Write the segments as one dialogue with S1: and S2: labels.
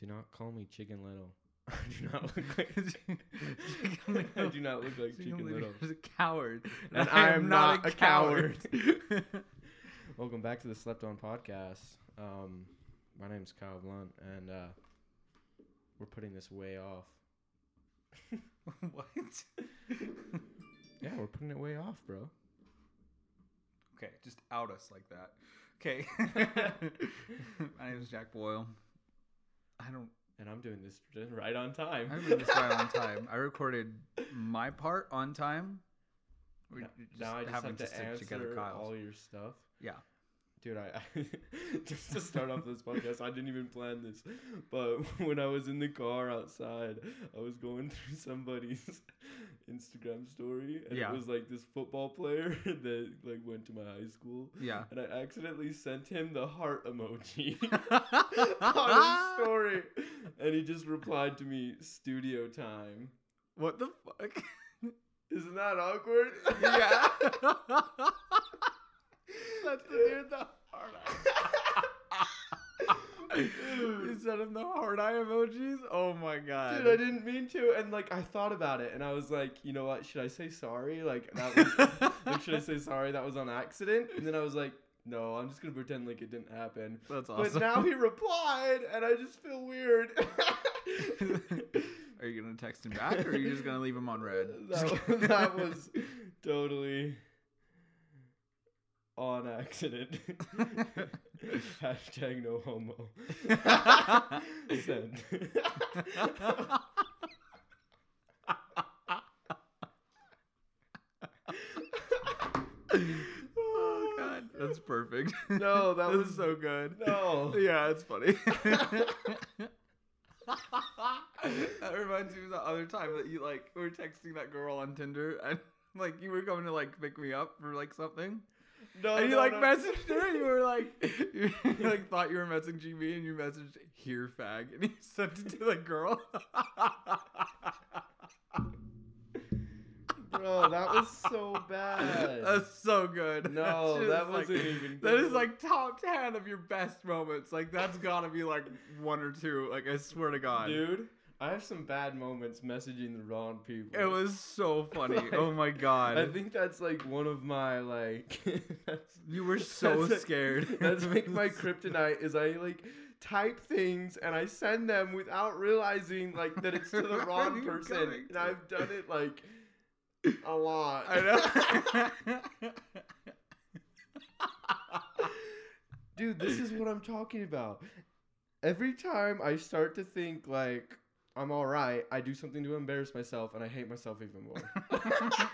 S1: Do not call me Chicken Little. I do not look like. I do not look like Chicken Little.
S2: is a coward,
S1: And I am not a coward. Welcome back to the Slept On podcast. Um, my name is Kyle Blunt, and uh, we're putting this way off.
S2: what?
S1: Yeah, we're putting it way off, bro.
S2: Okay, just out us like that. Okay. My name is Jack Boyle. I don't.
S1: And I'm doing this just right on time.
S2: I remember this right on time. I recorded my part on time. We
S1: now I just
S2: happen
S1: have to, answer
S2: Kyle's.
S1: all your stuff.
S2: Yeah.
S1: Dude, I, I just to start off this podcast, I didn't even plan this, but when I was in the car outside, I was going through somebody's Instagram story, and
S2: Yeah.
S1: it was like this football player that like went to my high school,
S2: Yeah.
S1: and I accidentally sent him the heart emoji on his story, and he just replied to me, "Studio time."
S2: What the fuck?
S1: Isn't that awkward?
S2: yeah.
S1: That's the dude the heart.
S2: you sent him the hard eye emojis? Oh my god.
S1: Dude, I didn't mean to, and like I thought about it, and I was like, you know what? Should I say sorry? Like that was, like, should I say sorry? That was on accident. And then I was like, no, I'm just gonna pretend like it didn't happen.
S2: That's
S1: But
S2: awesome.
S1: now he replied, and I just feel weird.
S2: are you gonna text him back or are you just gonna leave him on red?
S1: that, that was totally on accident. Hashtag no homo. Send.
S2: oh god, that's perfect.
S1: No, that
S2: that was
S1: was
S2: so good.
S1: no.
S2: Yeah, it's funny. that reminds me of the other time that you like were texting that girl on Tinder and like you were coming to like pick me up for like something.
S1: No,
S2: and
S1: no,
S2: you like
S1: no.
S2: messaged her. You were like, you like thought you were messaging me, and you messaged here fag, and you sent it to the girl.
S1: Bro, that was so bad.
S2: That's so good.
S1: No,
S2: That's
S1: that
S2: just,
S1: wasn't
S2: like,
S1: even
S2: That
S1: good.
S2: is like top ten of your best moments. Like that's gotta be like one or two. Like I swear to God,
S1: Dude, I have some bad moments messaging the wrong people.
S2: it was so funny.
S1: Like,
S2: oh my God.
S1: I think that's like one of my like. that's-
S2: You were so
S1: that's-
S2: scared.
S1: That's like my kryptonite. Is I like type things and I send them without realizing like that it's to the
S2: Where are
S1: wrong
S2: you
S1: person,
S2: going?
S1: and I've done it like a lot.
S2: I know.
S1: Dude, this is what I'm talking about. Every time I start to think like I'm all right, I do something to embarrass myself, and I hate myself even more.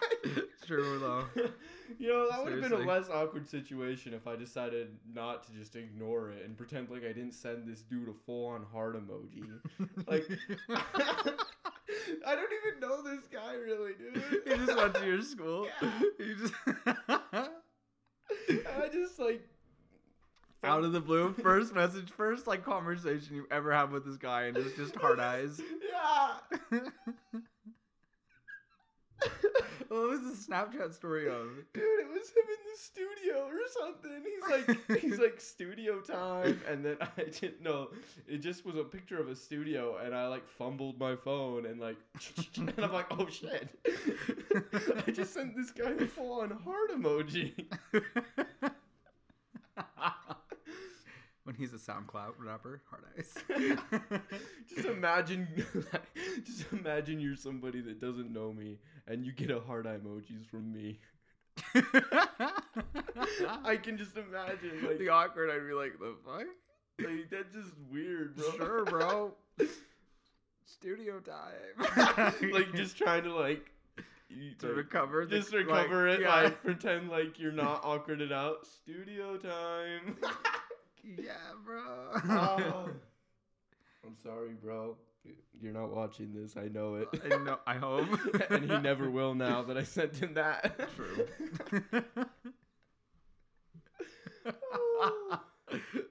S2: True though.
S1: you know, that would have been a
S2: Seriously.
S1: less awkward situation if I decided not to just ignore it and pretend like I didn't send this dude a full on heart emoji. like, I don't even know this guy really, dude.
S2: You just went to your school.
S1: Yeah.
S2: You just
S1: I just like.
S2: out of the blue, first message, first like conversation you ever have with this guy, and it's just hard eyes.
S1: Yeah.
S2: what was the Snapchat story of?
S1: Dude, it was him in the studio or something. He's like, he's like studio time, and then I didn't know. It just was a picture of a studio, and I like fumbled my phone and like, and I'm like, oh shit! I just sent this guy the full on heart emoji.
S2: when he's a SoundCloud rapper, hard eyes.
S1: just imagine, just imagine you're somebody that doesn't know me, and you get a heart emojis from me. I can just imagine like,
S2: the awkward, I'd be like, the fuck?
S1: like that's just weird, bro.
S2: Sure, bro. Studio time.
S1: like just trying to like you-
S2: to
S1: like,
S2: recover. the-
S1: just recover
S2: like,
S1: it
S2: yeah.
S1: like pretend like you're not awkward it out studio time
S2: yeah, bro.
S1: Oh. i'm sorry bro you're not watching this i know it
S2: I know. I hope.
S1: and he never will now that i sent him that
S2: True.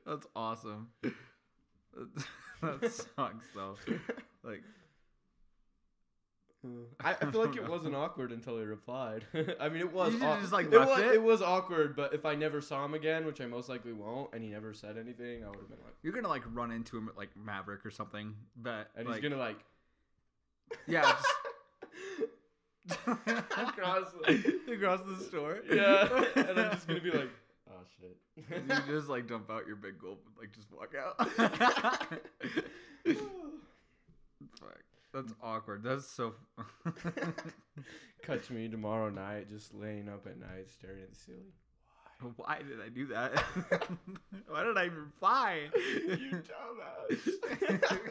S2: That's awesome. That, that sucks though. Like,
S1: I, I feel like it wasn't awkward until he replied. I mean, it was.
S2: You
S1: aw-
S2: just, like,
S1: it,
S2: left
S1: was
S2: it?
S1: it was awkward, but if I never saw him again, which I most likely won't, and he never said anything, I would have been like,
S2: You're gonna like run into him at like Maverick or something, but
S1: and
S2: like,
S1: he's gonna like
S2: yeah, just
S1: across. the-
S2: across the store.
S1: yeah, and I'm just gonna be like, oh shit.
S2: you just like dump out your big gulp and like just walk out. Fuck. That's awkward. That's so.
S1: Catch me tomorrow night, just laying up at night, staring at the ceiling.
S2: Why did I do that? Why did I reply?
S1: you dumbass.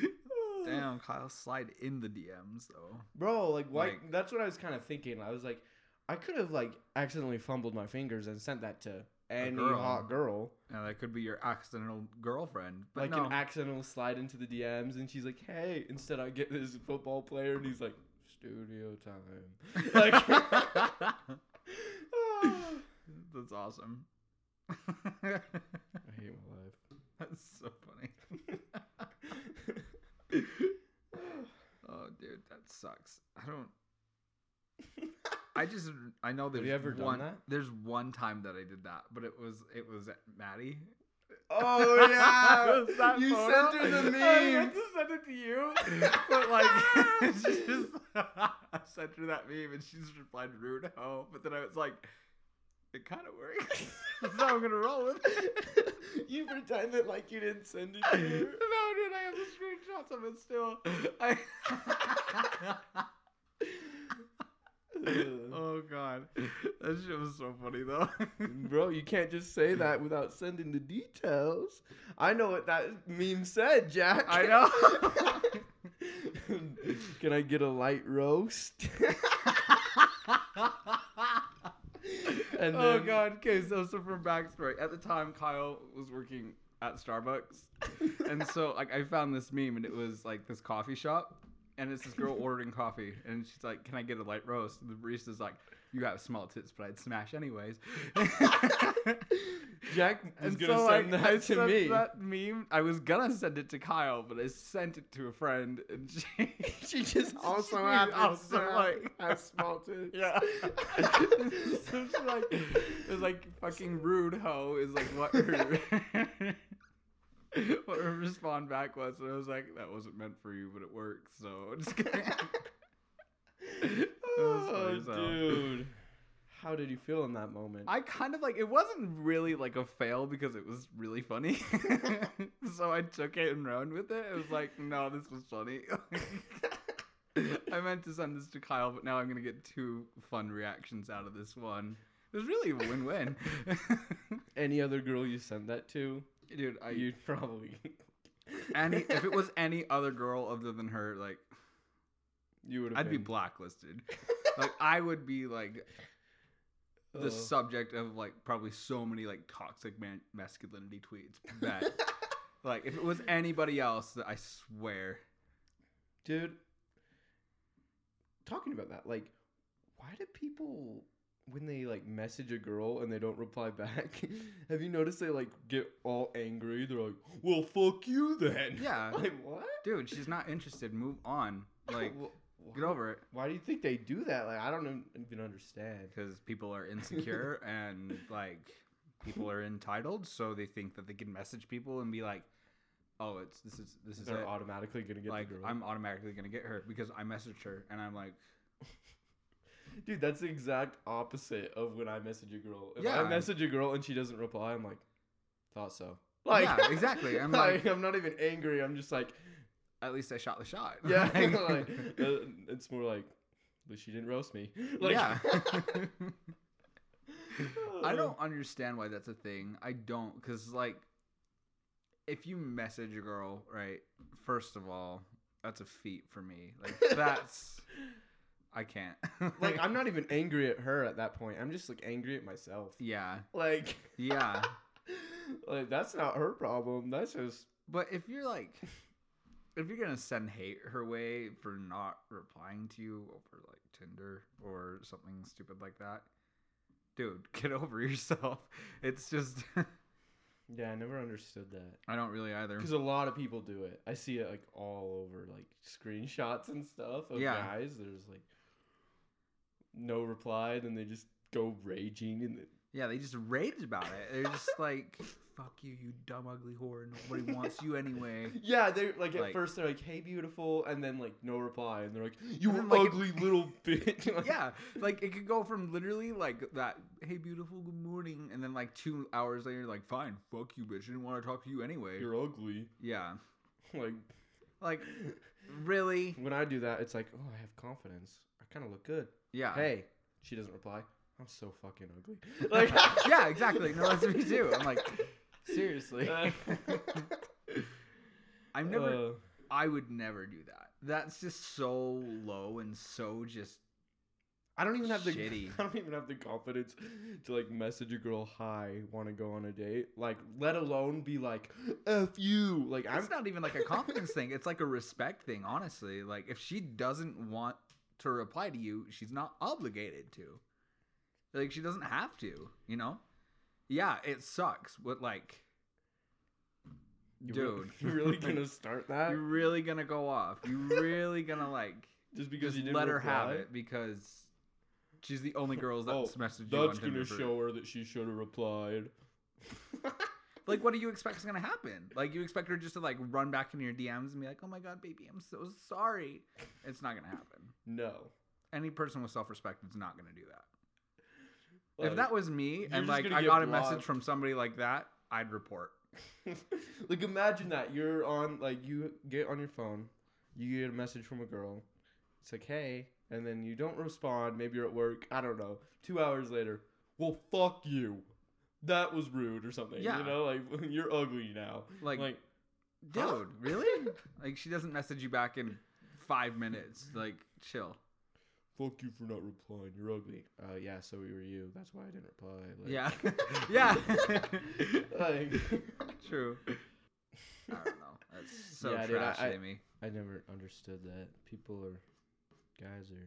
S2: Damn, Kyle, slide in the DMs though.
S1: Bro, like why
S2: Like-
S1: that's what I was kind of thinking. I was like, I could have like accidentally fumbled my fingers and sent that to any
S2: girl.
S1: hot girl.
S2: Now that could be your accidental girlfriend, but
S1: Like
S2: no.
S1: an accidental slide into the DMs and she's like, Hey, instead I get this football player and he's like, Studio time. Like Ah,
S2: That's awesome.
S1: I hate my life.
S2: That's so funny. oh, dude, that sucks. I don't. I just I know there's
S1: you ever done
S2: one
S1: that?
S2: there's one time that I did that, but it was it was at Maddie.
S1: Oh
S2: Was that
S1: you
S2: photo?
S1: sent her the meme.
S2: I meant to send it to you, but like she just I sent her that meme and she just replied rude ho. But then I was like, it kind of works, so I'm gonna roll with it.
S1: you pretended like you didn't send it
S2: no,
S1: to
S2: dude,
S1: her.
S2: I have the screenshots of it still. I...
S1: Ugh.
S2: oh god, that shit was so funny though.
S1: Bro, you can't just say that without sending the details. I know what that meme said, Jack.
S2: I know.
S1: Can I get a light roast? And
S2: oh
S1: then-
S2: god. Okay, so so for backstory, at the time Kyle was working at Starbucks, and so like I found this meme, and it was like this coffee shop, and it's this girl ordering coffee, and she's like, "Can I get a light roast?" And the barista's like, "You have small tits, but I'd smash anyways."
S1: Jack is
S2: And
S1: gonna
S2: so
S1: send
S2: like,
S1: that
S2: I
S1: to
S2: sent
S1: me.
S2: that meme. I was gonna send it to Kyle, but I sent it to a friend, and she
S1: She just
S2: she
S1: also happens
S2: also,
S1: to
S2: like-
S1: like have small tits.
S2: Yeah. so she like it was like fucking rude hoe is like what her what her respond back was. And I was like, that wasn't meant for you, but it worked, so I'm just kidding.
S1: Oh, dude. How did you feel in that moment?
S2: I kind of like it wasn't really like a fail because it was really funny. so I took it and ran with it. It was like, no, this was funny. I meant to send this to Kyle, but now I'm gonna get two fun reactions out of this one. It was really a win-win.
S1: any other girl you sent that to,
S2: Dude, I
S1: you'd probably
S2: any if it was any other girl other than her, like
S1: you would have
S2: I'd be blacklisted. like I would be like
S1: Oh.
S2: the subject of like probably so many like toxic man- masculinity tweets that like if it was anybody else that i swear
S1: dude talking about that like why do people when they like message a girl and they don't reply back have you noticed they like get all angry they're like well fuck you then
S2: Yeah.
S1: like what
S2: dude she's not interested move on like
S1: Wh-
S2: get over it
S1: why do you think they do that like i don't un- even understand
S2: because people are insecure and like people are entitled so they think that they can message people and be like oh it's this is this is
S1: they're
S2: it.
S1: automatically gonna get
S2: like
S1: the girl
S2: i'm automatically gonna get her because i messaged her and i'm like
S1: dude that's the exact opposite of when i message a girl if
S2: Yeah.
S1: i message a girl and she doesn't reply i'm like thought so like
S2: Yeah, exactly. I'm like-
S1: i'm not even angry i'm just like
S2: at least i shot the shot
S1: Yeah, like,
S2: Like-
S1: uh, it's more like, at least she didn't roast me. Like,
S2: yeah I don't understand why that's a thing. I don't because like, if you message a girl, right? First of all, that's a feat for me. Like that's I can't.
S1: like. I'm not even angry at her at that point. I'm just like angry at myself.
S2: yeah,
S1: Like,
S2: yeah.
S1: like that's not her problem. That's just
S2: But if you're like, if you're gonna send hate her way for not replying to you over like Tinder or something stupid like that, dude, get over yourself. It's just
S1: Yeah, I never understood that.
S2: I don't really either.
S1: Because a lot of people do it. I see it like all over, like screenshots and stuff of
S2: Yeah.
S1: guys. There's like no reply, then they just go raging and then
S2: Yeah, they just rage about it. They're just like, "Fuck you, you dumb ugly whore. Nobody wants you anyway."
S1: Yeah, they like at
S2: Like-
S1: first they're like, "Hey, beautiful," and then like no reply, and they're like, "You
S2: then, like,
S1: ugly little bitch." Like,
S2: Yeah, like it could go from literally like that, "Hey, beautiful, good morning," and then like two hours later, like, "Fine, fuck you, bitch. I didn't want to talk to you anyway."
S1: you're ugly.
S2: yeah,
S1: Like
S2: like really?
S1: when I do that, it's like, "Oh, I have confidence. I kind of look good."
S2: Yeah.
S1: Hey, she doesn't reply. I'm so fucking ugly. Like,
S2: yeah, exactly. No, that's me too. I'm like, seriously.
S1: Uh,
S2: I've never.
S1: uh,
S2: I would never do that. That's just so low and so just.
S1: I don't even have the.
S2: Shitty.
S1: I don't even have the confidence to like message a girl, "Hi, want to go on a date?" Like, let alone be like, "F you." Like, I'm
S2: It's not even like a confidence thing. It's like a respect thing, honestly. Like if she doesn't want to reply to you, she's not obligated to. Like she doesn't have to, you know? Yeah, it sucks, but like
S1: You re-
S2: dude,
S1: you really gonna start that?
S2: you're really gonna go off. You're really gonna like
S1: just because
S2: just
S1: you didn't
S2: let her have
S1: reply?
S2: it because she's the only girl that's
S1: Oh,
S2: messaged you on
S1: That's
S2: Tinder
S1: gonna
S2: for-
S1: show her that she should have replied.
S2: Like, what do you expect is gonna happen? Like, you expect her just to like run back into your DMs and be like, "Oh my god, baby, I'm so sorry." It's not gonna happen.
S1: No.
S2: Any person with self-respect is not gonna do that.
S1: Like-
S2: if that was me
S1: just
S2: and like
S1: gonna
S2: I
S1: get
S2: got a
S1: blocked.
S2: message from somebody like that, I'd report.
S1: like imagine that you're on like you get on your phone, you get a message from a girl. It's like hey, and then you don't respond. Maybe you're at work. I don't know. Two hours later, well, fuck you. That was rude or something.
S2: Yeah.
S1: You know, like you're ugly now.
S2: Like,
S1: like
S2: dude,
S1: huh?
S2: really? Like, she doesn't message you back in five minutes. Like, chill.
S1: fuck you for not replying. You're ugly. Uh, yeah. So we were you. That's why I didn't reply. Like,
S2: Yeah, yeah.
S1: like
S2: True. I don't know. That's so
S1: Yeah, dude, I-
S2: trash,
S1: I-
S2: Amy.
S1: I never understood that. People are guys are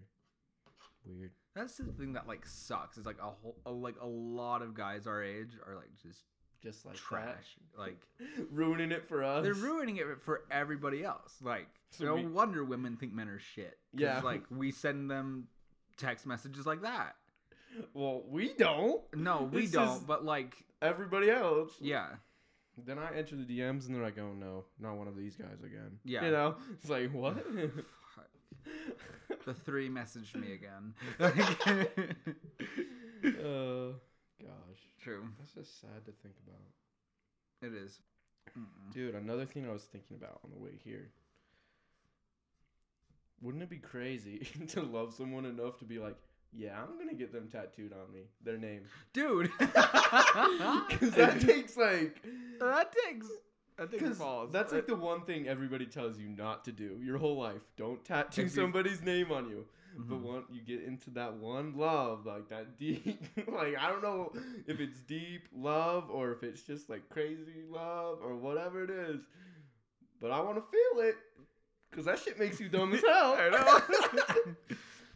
S1: weird.
S2: That's the thing that like sucks. Is like a whole a, like a lot of guys our age are like just
S1: Just like that.
S2: trash. Like
S1: ruining it for us.
S2: they're ruining it for everybody else. Like
S1: So
S2: no
S1: we-
S2: wonder women think men are shit. 'Cause,
S1: Yeah.
S2: like we send them text messages like that.
S1: Well, we don't.
S2: No, we
S1: This
S2: don't.
S1: is-
S2: But like
S1: Everybody else.
S2: yeah,
S1: Then I enter the DMs and they're like, oh no, not one of these guys again.
S2: Yeah.
S1: You know, it's like what?
S2: Fuck. the three messaged me again.
S1: uh, gosh,
S2: True,
S1: that's just sad to think about.
S2: it is. Mm-mm.
S1: Dude, another thing I was thinking about on the way here. Wouldn't it be crazy to love someone enough to be like, yeah, I'm gonna get them tattooed on me, their name.
S2: Dude,
S1: Because that takes like.
S2: that takes that takes
S1: 'cause
S2: balls.
S1: That's
S2: Uh,
S1: like the one thing everybody tells you not to do your whole life. Don't tattoo
S2: If you-
S1: somebody's name on you. But
S2: mhm.
S1: once you get into that one love, like that deep, like I don't know if it's deep love or if it's just like crazy love or whatever it is. But I want to feel it because that shit makes you dumb as hell.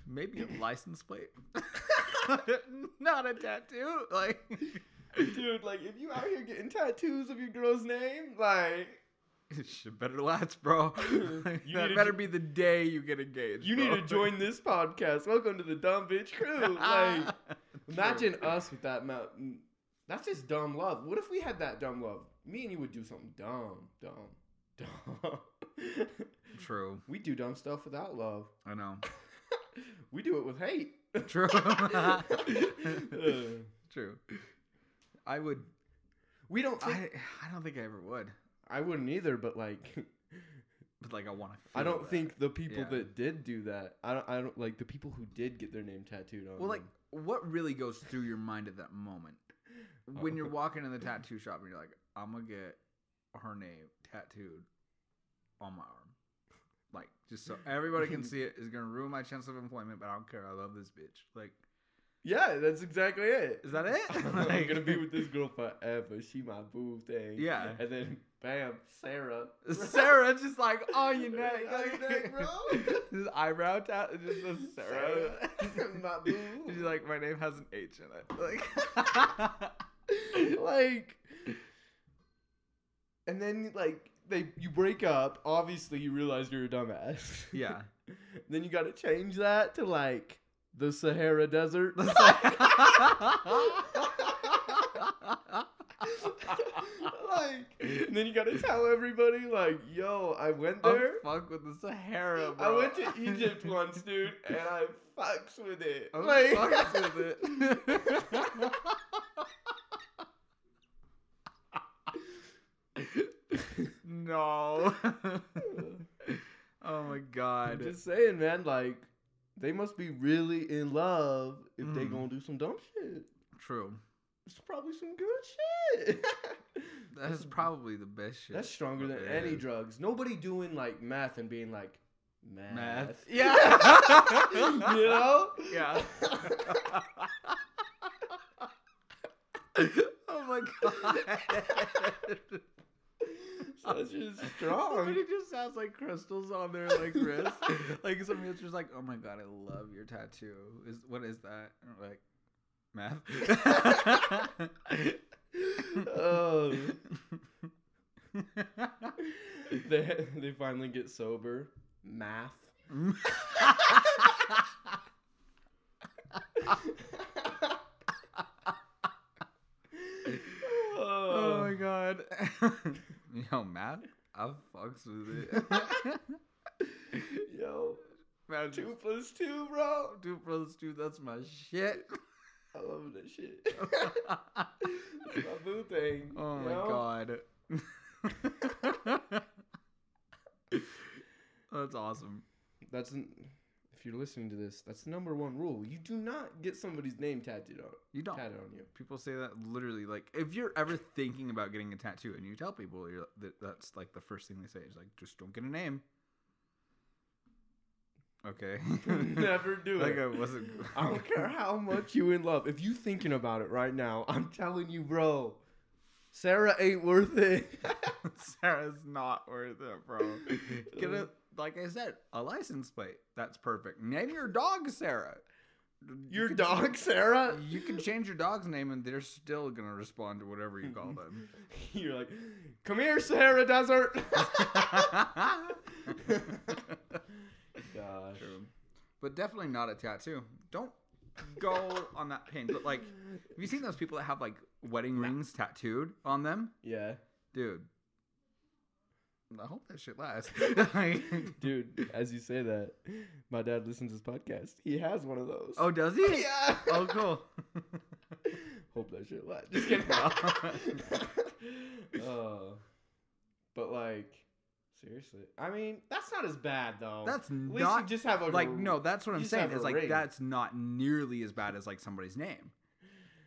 S2: Maybe a license plate. Not a tattoo. Like
S1: Dude, like if you out here getting tattoos of your girl's name, like
S2: shit better lats, bro. Like,
S1: You need
S2: that
S1: to
S2: better
S1: ju-
S2: be the day you get engaged.
S1: you need
S2: bro.
S1: to join this podcast. Welcome to the Dumb Bitch Crew. Like. Imagine us with that amount. That's just dumb love. What if we had that dumb love? Me and you would do something dumb, dumb, dumb.
S2: True.
S1: we do dumb stuff without love.
S2: I know.
S1: We do it with hate.
S2: True.
S1: Uh,
S2: True. I would
S1: we don't.
S2: I
S1: Think,
S2: I don't think I ever would.
S1: I, wouldn't either, but like,
S2: But like I want to
S1: I don't think the people
S2: Yeah.
S1: that did do that. I don't. I don't like the people who did get their name tattooed on.
S2: Well, like,
S1: them.
S2: what really goes through your mind at that moment
S1: Oh.
S2: when you're walking in the tattoo shop and you're like, "I'm gonna get her name tattooed on my arm, like just so everybody can see it. Is gonna ruin my chance of employment, but I don't care. I love this bitch. Like,
S1: yeah, that's exactly it.
S2: is that it?
S1: I'm gonna be with this girl forever. She my boo thing.
S2: Yeah.
S1: And then bam, Sarah.
S2: Sarah just like, oh, you know,
S1: Oh, you neck, bro.
S2: His eyebrow tattoo, just says Sarah.
S1: my
S2: She's
S1: boo.
S2: like, my name has an H in it. Like,
S1: like, and then like they you break up. Obviously, you realize you're a dumbass.
S2: Yeah.
S1: then you got to change that to like the Sahara Desert. like, and then you gotta tell everybody, like, yo, I went
S2: I
S1: there.
S2: fuck with the Sahara,
S1: I
S2: bro.
S1: went to Egypt once, dude, and I fucks with it.
S2: I
S1: like,
S2: fucks with it. no. oh my
S1: I'm
S2: god.
S1: just saying, man. Like, they must be really in love if they
S2: Mm.
S1: gonna do some dumb shit.
S2: True.
S1: It's probably some good shit.
S2: That's probably the best shit.
S1: That's stronger than
S2: Yeah.
S1: any drugs. Nobody doing like math and being like math.
S2: Math.
S1: you know?
S2: Yeah. oh my god.
S1: That's just strong.
S2: Somebody just has like crystals on their like wrist. like somebody else just like, oh my god, I love your tattoo. Is what is that? And we're like
S1: Oh.
S2: math.
S1: they they finally get sober. Math.
S2: oh
S1: Uh,
S2: my god. Yo, math, I fucks with it.
S1: Yo,
S2: Man,
S1: two plus two, bro.
S2: Two plus two, that's my shit.
S1: I love that shit. it's my boo thing.
S2: oh
S1: you
S2: my
S1: know?
S2: god. that's awesome.
S1: That's n- if you're listening to this, that's the number one rule. You do not get somebody's name tattooed on
S2: You don't.
S1: tattooed on you.
S2: People say that literally, like, if you're ever thinking about getting a tattoo and you tell people you're, that that's like the first thing they say is like, just don't get a name. Okay.
S1: Never do
S2: like
S1: it.
S2: I wasn't.
S1: I don't care how much you in love. If you thinking about it right now, I'm telling you, bro, Sarah ain't worth it.
S2: Sarah's not worth it, bro. Get a like I said, a license plate. That's perfect. Name your dog Sarah.
S1: Your
S2: can-
S1: dog, Sarah.
S2: You can change your dog's name and they're still gonna respond to whatever you call them.
S1: You're like, come here, Sahara Desert. Gosh.
S2: True. But definitely not a tattoo. Don't go on that pain. But like, have you seen those people that have like wedding rings tattooed on them?
S1: Yeah,
S2: Dude. I hope that shit lasts.
S1: dude. As you say that, my dad listens to this podcast. He has one of those.
S2: oh, does he?
S1: yeah.
S2: Oh, cool.
S1: Hope that shit lasts. Just kidding. Oh. but like, seriously, I mean, that's not as bad though.
S2: That's
S1: At least
S2: not-
S1: you just have a
S2: like, no, that's what
S1: You
S2: I'm
S1: just
S2: saying.
S1: have a
S2: Is like
S1: ring.
S2: that's not nearly as bad as like somebody's name.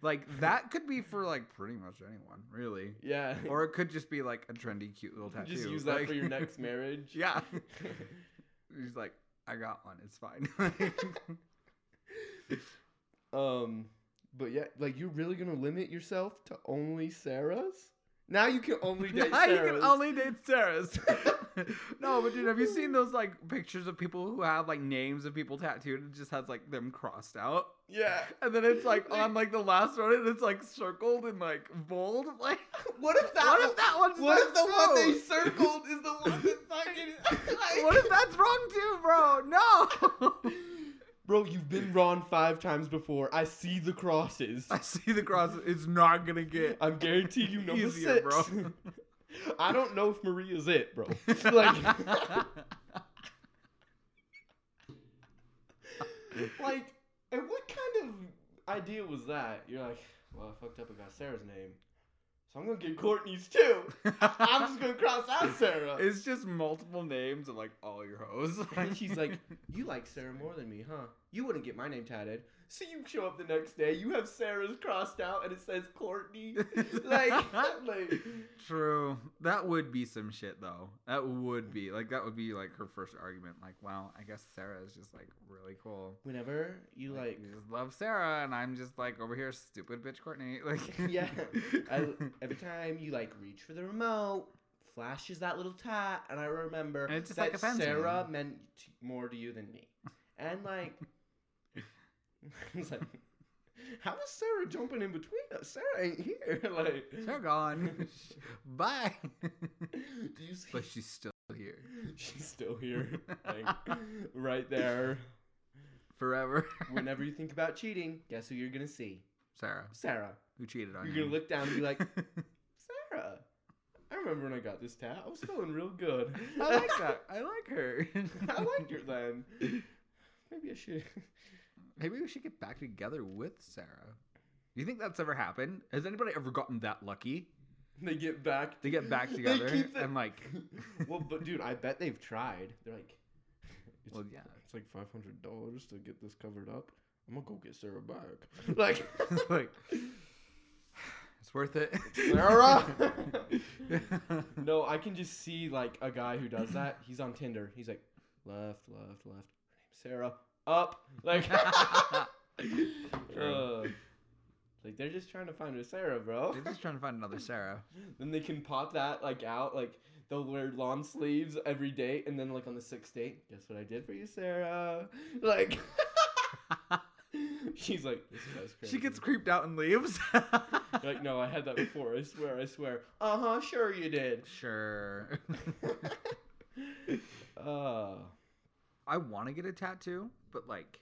S2: Like that could be for like pretty much anyone, really.
S1: Yeah.
S2: Or it could just be like a trendy, cute little tattoo.
S1: just use that
S2: like-
S1: for your next marriage.
S2: yeah. He's like, I got one. It's fine.
S1: um, but yeah, like you're really gonna limit yourself to only Sarahs. Now you can only date
S2: now you can
S1: Sarahs.
S2: only date Sarahs. no, but dude, have you seen those like pictures of people who have like names of people tattooed and it just has like them crossed out?
S1: yeah.
S2: And then it's like on like the last one, and it's like circled and like bold. Like,
S1: What if that?
S2: what if that one's
S1: what if
S2: not
S1: the one
S2: true?
S1: they circled is the one that fucking? like-
S2: What if that's wrong too, bro? No.
S1: Bro, you've been wrong five times before. I see the crosses.
S2: I see the cross. It's not gonna get
S1: I'm guaranteeing you number
S2: easier,
S1: six.
S2: bro.
S1: I don't know if Maria's it, bro. like, like, and what kind of idea was that? You're like, well, I fucked up. I got Sarah's name, so I'm gonna get Courtney's too. I'm just gonna cross out Sarah.
S2: It's just multiple names of like all your hoes.
S1: And she's like, You like Sarah more than me, huh? You wouldn't get my name tatted. So you show up the next day, you have Sarah's crossed out and it says Courtney. like, like
S2: True. That would be some shit though. That would be like that would be like her first argument. Like, wow, I guess Sarah is just like really cool.
S1: whenever you like
S2: you just love Sarah, and I'm just like over here, stupid bitch Courtney. Like,
S1: Yeah. I, every time you like reach for the remote, flashes that little tat, and I remember
S2: And it just,
S1: that
S2: like, offends me.
S1: Sarah meant t- more to you than me, and like, it's like How is Sarah jumping in between us? Sarah ain't here. Like,
S2: They're gone. Bye.
S1: do you see?
S2: but she's still here
S1: She's still here, like, right there.
S2: forever.
S1: Whenever you think about cheating, guess who you're gonna see?
S2: Sarah,
S1: Sarah.
S2: who cheated on
S1: You're
S2: you?
S1: gonna look down and be like, Sarah. I remember when I got this tat. I was feeling real good.
S2: I like that. I like her.
S1: I liked her then. Maybe I should.
S2: Maybe we should get back together with Sarah. Do you think that's ever happened? Has anybody ever gotten that lucky?
S1: They get back.
S2: They get back
S1: They
S2: together
S1: keep the-
S2: and like,
S1: well, but dude, I bet they've tried. They're like, it's,
S2: well, yeah.
S1: it's like five hundred dollars to get this covered up. I'm gonna go get Sarah back. Like,
S2: It's like, it's worth it.
S1: Sarah! no, I can just see like a guy who does that. He's on Tinder. He's like, left, left, left. Her name's Sarah. Up. Like, Ugh. like they're just trying to find a Sarah, bro.
S2: They're just trying to find another Sarah.
S1: Then they can pop that like out, like they'll wear lawn sleeves every day, and then like on the sixth date, guess what I did for you, Sarah? Like she's like, this guy's crazy.
S2: She gets creeped out and leaves.
S1: You're like, no, I had that before. I swear, I swear. Uh huh, sure you did.
S2: Sure.
S1: uh,
S2: I want to get a tattoo, but like,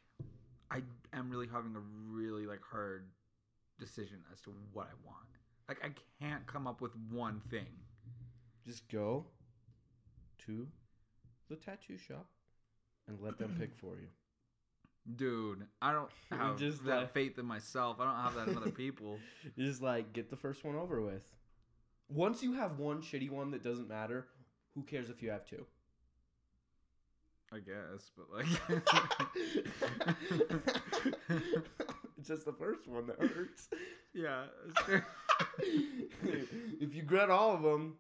S2: I am really having a really like hard decision as to what I want. Like, I can't come up with one thing.
S1: just go to the tattoo shop and let them pick for you.
S2: Dude, I don't
S1: You
S2: have
S1: just,
S2: that
S1: like-
S2: faith in myself. I don't have that in other people.
S1: You just like get the first one over with. Once you have one shitty one that doesn't matter, who cares if you have two?
S2: I guess, but like,
S1: it's just the first one that hurts.
S2: yeah, it's fair.
S1: if you grit all of them,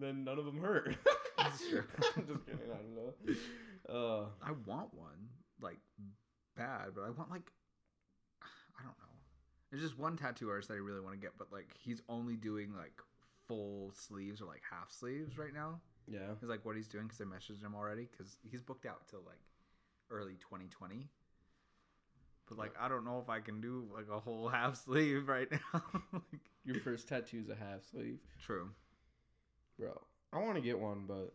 S1: then none of them hurt.
S2: That's true.
S1: I'm just kidding. I don't know. Uh,
S2: I want one like bad, but I want like I don't know. There's just one tattoo artist that I really want to get, but like he's only doing like full sleeves or like half sleeves right now.
S1: yeah.
S2: Is like what he's doing because I messaged him already because he's booked out till like early 2020. But like I don't know if I can do like a whole half sleeve right now. like,
S1: Your first tattoo's a half sleeve.
S2: True.
S1: Bro, I want to get one, but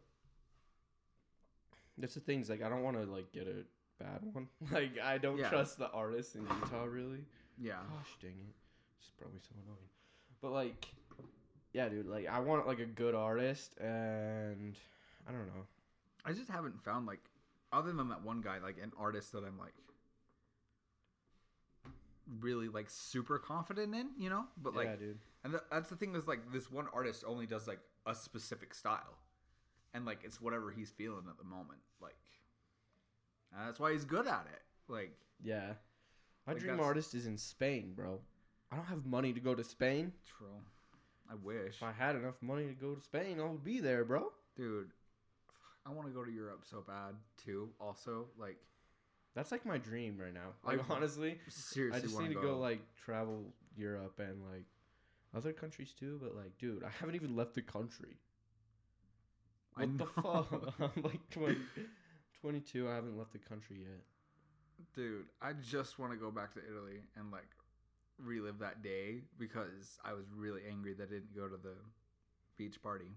S1: that's the thing. Is like, I don't want to like get a bad one. Like, I don't
S2: Yeah.
S1: trust the artists in Utah really.
S2: Yeah.
S1: Gosh dang it, it's probably so annoying. But like, yeah, dude. Like, I want like a good artist, and I don't know.
S2: I just haven't found like other than that one guy, like an artist that I'm like really like super confident in, you know? But like
S1: yeah, dude.
S2: and th- that's the thing is like this one artist only does like a specific style. And like it's whatever he's feeling at the moment. Like and that's why he's good at it. Like
S1: Yeah, my
S2: Like,
S1: dream
S2: that's-
S1: artist is in Spain, bro. I don't have money to go to Spain.
S2: true. I wish.
S1: If I had enough money to go to Spain, I would be there, bro.
S2: Dude, I want to go to Europe so bad too. Also, like
S1: That's like my dream right now.
S2: I-
S1: Like honestly,
S2: seriously
S1: I just
S2: wanna
S1: need to go like travel Europe and like other countries too. But like, dude, I haven't even left the country.
S2: I
S1: What the
S2: know.
S1: fuck? I'm like 20, 22. I haven't left the country yet.
S2: Dude, I just want to go back to Italy and like relive that day because I was really angry that I didn't go to the beach party.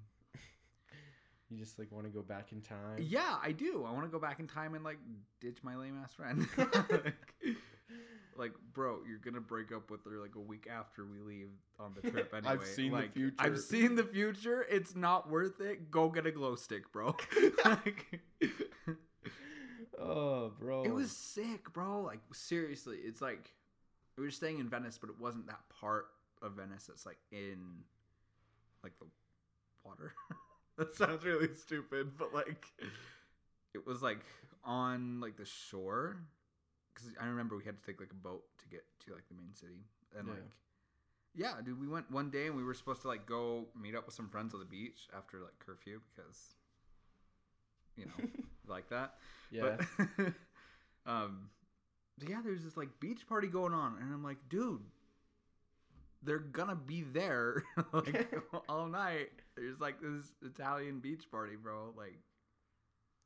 S1: You just like want to go back in time.
S2: Yeah, I do. I want to go back in time and like ditch my lame ass friend. like, bro, you're gonna break up with her like a week after we leave on the trip. Anyway,
S1: I've seen the
S2: Like,
S1: future.
S2: I've seen the future. It's not worth it. Go get a glow stick, bro. like,
S1: Oh, bro.
S2: It was sick, bro. Like seriously, it's like we were staying in Venice, but it wasn't that part of Venice that's like in like the water. that sounds really stupid, but like it was like on like the shore cuz I remember we had to take like a boat to get to like the main city and
S1: Yeah.
S2: like yeah, dude, we went one day and we were supposed to like go meet up with some friends on the beach after like curfew because you know, like that.
S1: yeah.
S2: But, um, but yeah, there's this like beach party going on, and I'm like, dude, they're gonna be there like, all night. There's like this Italian beach party, bro. Like,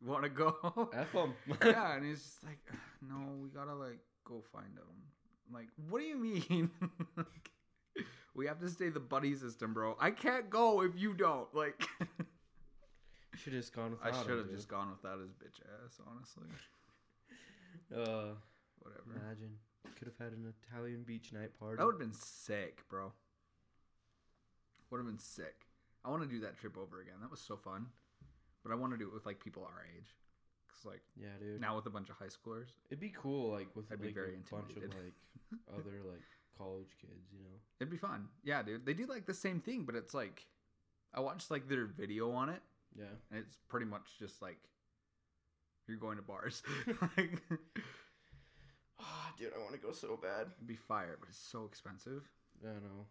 S2: want to go?
S1: F 'em.
S2: yeah, and he's just like, "Ugh, no, we gotta like go find them. I'm like, what do you mean? we have to stay the buddy system, bro. I can't go if you don't. Like,
S1: Should have just gone with
S2: I should have just gone without his bitch ass, honestly.
S1: Uh,
S2: Whatever.
S1: imagine. Could have had an Italian beach night party.
S2: That would have been sick, bro. Would have been sick. I want to do that trip over again. That was so fun. But I want to do it with like people our age. Cause like
S1: yeah, dude.
S2: now with a bunch of high schoolers,
S1: It'd be cool, like with
S2: I'd
S1: like
S2: be very
S1: a bunch of
S2: intimidated.
S1: like other like college kids, you know.
S2: it'd be fun. Yeah, dude. They do like the same thing, but it's like I watched like their video on it,
S1: Yeah.
S2: and it's pretty much just like you're going to bars. like, it'd
S1: Ah, dude, I want to go so bad.
S2: be fire, but it's so expensive.
S1: I know.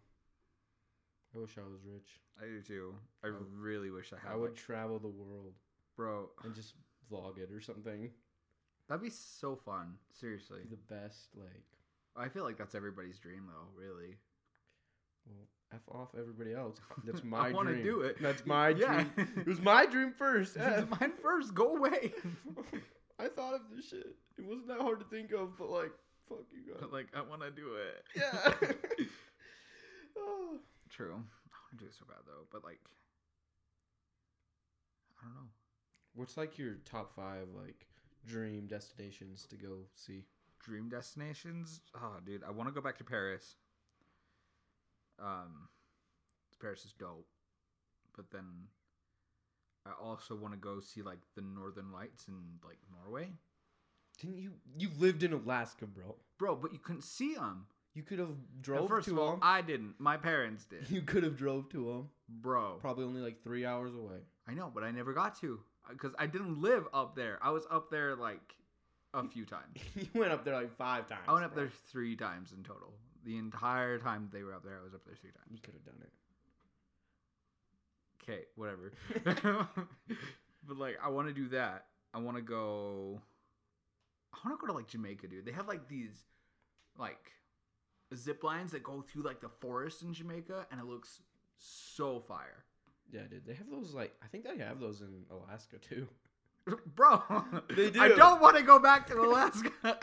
S1: I wish I was rich.
S2: I do too. I
S1: I-
S2: really wish I had.
S1: I would
S2: like-
S1: travel the world
S2: bro.
S1: and just vlog it or something.
S2: That'd be so fun. Seriously.
S1: Be the best, like,
S2: I feel like that's everybody's dream, though. Really,
S1: well, f off everybody else. That's
S2: I
S1: my dream.
S2: wanna do it.
S1: That's my
S2: Yeah.
S1: dream. It was my dream first.
S2: Use
S1: F.
S2: mine first. Go away.
S1: I thought of this shit. It wasn't that hard to think of, but like, fuck you guys.
S2: like I want to do it.
S1: Yeah. oh.
S2: True. I want to do it so bad though, but like, I don't know.
S1: What's like your top five like dream destinations to go see?
S2: Dream destinations. Oh, dude, I want to go back to Paris. Um, Paris is dope, but then I also want to go see like the Northern Lights in like Norway,
S1: Didn't you you lived in Alaska, bro?
S2: bro. But you couldn't see them.
S1: You could have drove
S2: first
S1: to
S2: of all,
S1: them.
S2: I didn't. My parents did,
S1: you could have drove to them.
S2: bro.
S1: Probably only like three hours away.
S2: I know, but I never got to because I didn't live up there. I was up there like a few times.
S1: you went up there like five times.
S2: I went up
S1: bro.
S2: there three times in total. The entire time they were up there, I was up there three times.
S1: You could have done it.
S2: Okay, whatever. but like, I want to do that. I want to go. I want to go to like Jamaica, dude. They have like these, like, zip lines that go through like the forest in Jamaica, and it looks so fire,
S1: Yeah, dude. They have those like I think they have those in Alaska too.
S2: bro.
S1: They
S2: I
S1: do.
S2: don't want to go back to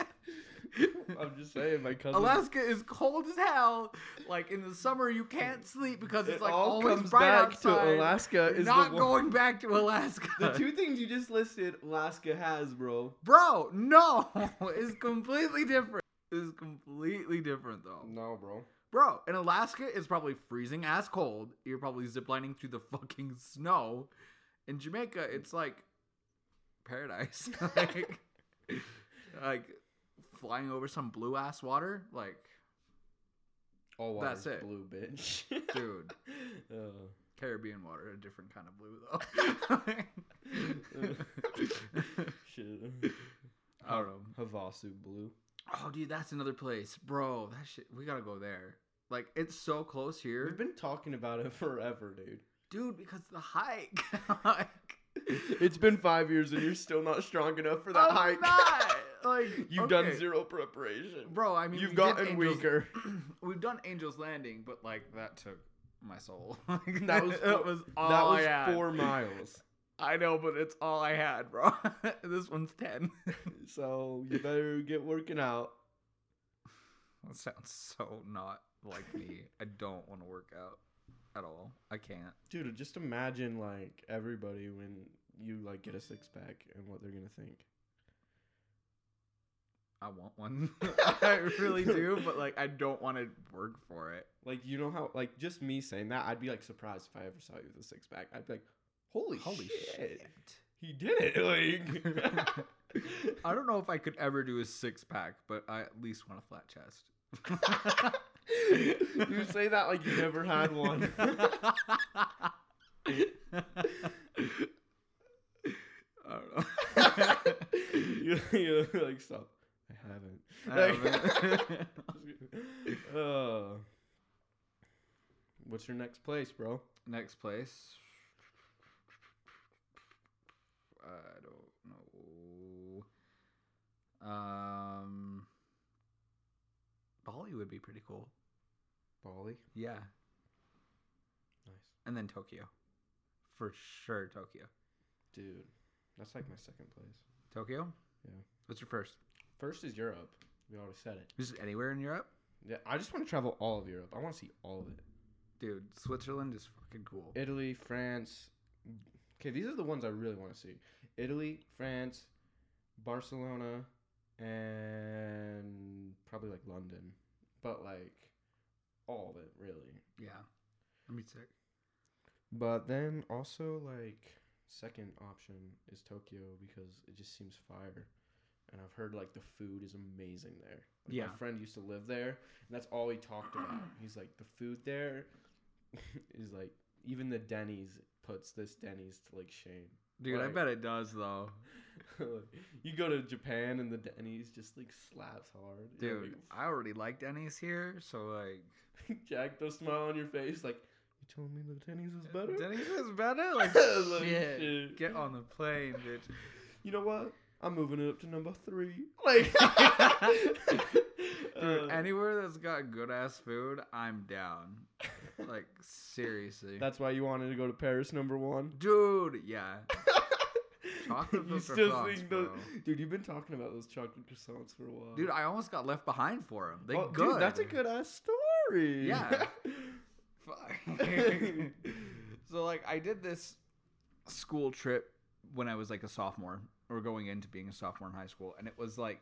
S2: Alaska.
S1: I'm just saying, my cousin.
S2: Alaska is cold as hell. Like in the summer, you can't sleep because it's
S1: It
S2: like
S1: all
S2: always
S1: comes
S2: bright
S1: back
S2: outside.
S1: to Alaska.
S2: You're
S1: Is
S2: not
S1: the one-
S2: going back to Alaska,
S1: The two things you just listed, Alaska has, bro.
S2: bro. No, it's completely different. It's completely different though,
S1: No, bro.
S2: bro. In Alaska, it's probably freezing ass cold. You're probably ziplining through the fucking snow. In Jamaica, it's like paradise. like, like flying over some blue ass water, like.
S1: All
S2: That's
S1: water's
S2: it.
S1: blue, bitch.
S2: Dude,
S1: Uh.
S2: Caribbean water, a different kind of blue though.
S1: Shit.
S2: I don't know.
S1: Havasu Blue.
S2: Oh, dude, that's another place, bro. That shit, we gotta go there. Like, it's so close here,
S1: We've been talking about it forever, dude.
S2: dude, because the hike. like,
S1: It's been five years and you're still not strong enough for that
S2: I'm
S1: hike.
S2: not. Like,
S1: You've done
S2: okay.
S1: zero preparation.
S2: bro. I mean,
S1: You've
S2: we did
S1: gotten
S2: Angels-
S1: weaker.
S2: We've done Angels Landing, but like that took my soul.
S1: That was
S2: that
S1: four-
S2: was all
S1: that was
S2: I had.
S1: four miles.
S2: I know, but it's all I had, bro. this one's ten.
S1: So you better get working out.
S2: That sounds so not like me. I don't want to work out at all. I can't.
S1: Dude, just imagine like everybody when you like get a six pack and what they're gonna think.
S2: I want one. I really do, but like I don't want to work for it.
S1: Like you know how like just me saying that, I'd be like surprised if I ever saw you with a six pack. I'd be like, Holy,
S2: Holy
S1: shit.
S2: shit.
S1: He did it, like
S2: I don't know if I could ever do a six pack, but I at least want a flat chest.
S1: you say that like you never had one.
S2: I don't know.
S1: you you're like, stop. I haven't.
S2: I
S1: Like-
S2: haven't.
S1: uh, what's your next place, bro?
S2: Next place. I don't know. Um, Bali would be pretty cool.
S1: Bali.
S2: Yeah,
S1: Nice.
S2: and then Tokyo, for sure. Tokyo.
S1: Dude, that's like my second place.
S2: Tokyo.
S1: Yeah.
S2: What's your first?
S1: First is Europe. We already said it.
S2: Just anywhere in Europe?
S1: Yeah, I just want to travel all of Europe. I want to see all of it.
S2: Dude, Switzerland is fucking cool.
S1: Italy, France. Okay, these are the ones I really want to see. Italy, France, Barcelona, and probably like London. But like all of it, really.
S2: yeah. Let me check.
S1: But then also like second option is Tokyo because it just seems fire. And I've heard like the food is amazing there. Like,
S2: Yeah.
S1: My friend used to live there, and that's all he talked about. He's like the food there is like even the Denny's puts this Denny's to like shame.
S2: Dude, I
S1: Like-
S2: bet it does though.
S1: Like, you go to Japan and the Denny's just like slaps hard. You're
S2: Dude, I already like Denny's here, so like
S1: like, Jack, the smile on your face, like you told me the Denny's was better.
S2: Denny's is better? Like,
S1: Like,
S2: shit.
S1: shit.
S2: Get on the plane, bitch.
S1: you know what? I'm moving it up to number three. Like,
S2: Dude,
S1: Uh,
S2: anywhere that's got good ass food, I'm down. Like seriously.
S1: that's why you wanted to go to Paris, number one.
S2: Dude, yeah. Chocolate
S1: You
S2: milk
S1: still
S2: croissants,
S1: think those-
S2: bro.
S1: Dude, you've been talking about those chocolate croissants for a while.
S2: Dude, I almost got left behind for him. They
S1: Oh,
S2: good.
S1: Dude, that's a good ass story.
S2: Yeah. Fuck. so like I did this school trip when I was like a sophomore or going into being a sophomore in high school and it was like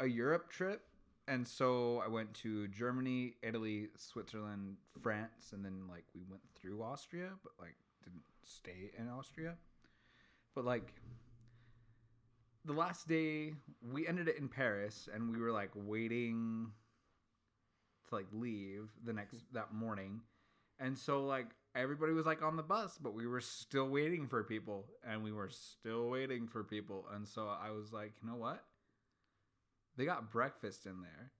S2: a Europe trip and so I went to Germany, Italy, Switzerland, France and then like we went through Austria but like didn't stay in Austria. But like the last day we ended it in Paris and we were like waiting to like leave the next that morning. And so like everybody was like on the bus, but we were still waiting for people and we were still waiting for people. And so I was like, you know what? They got breakfast in there.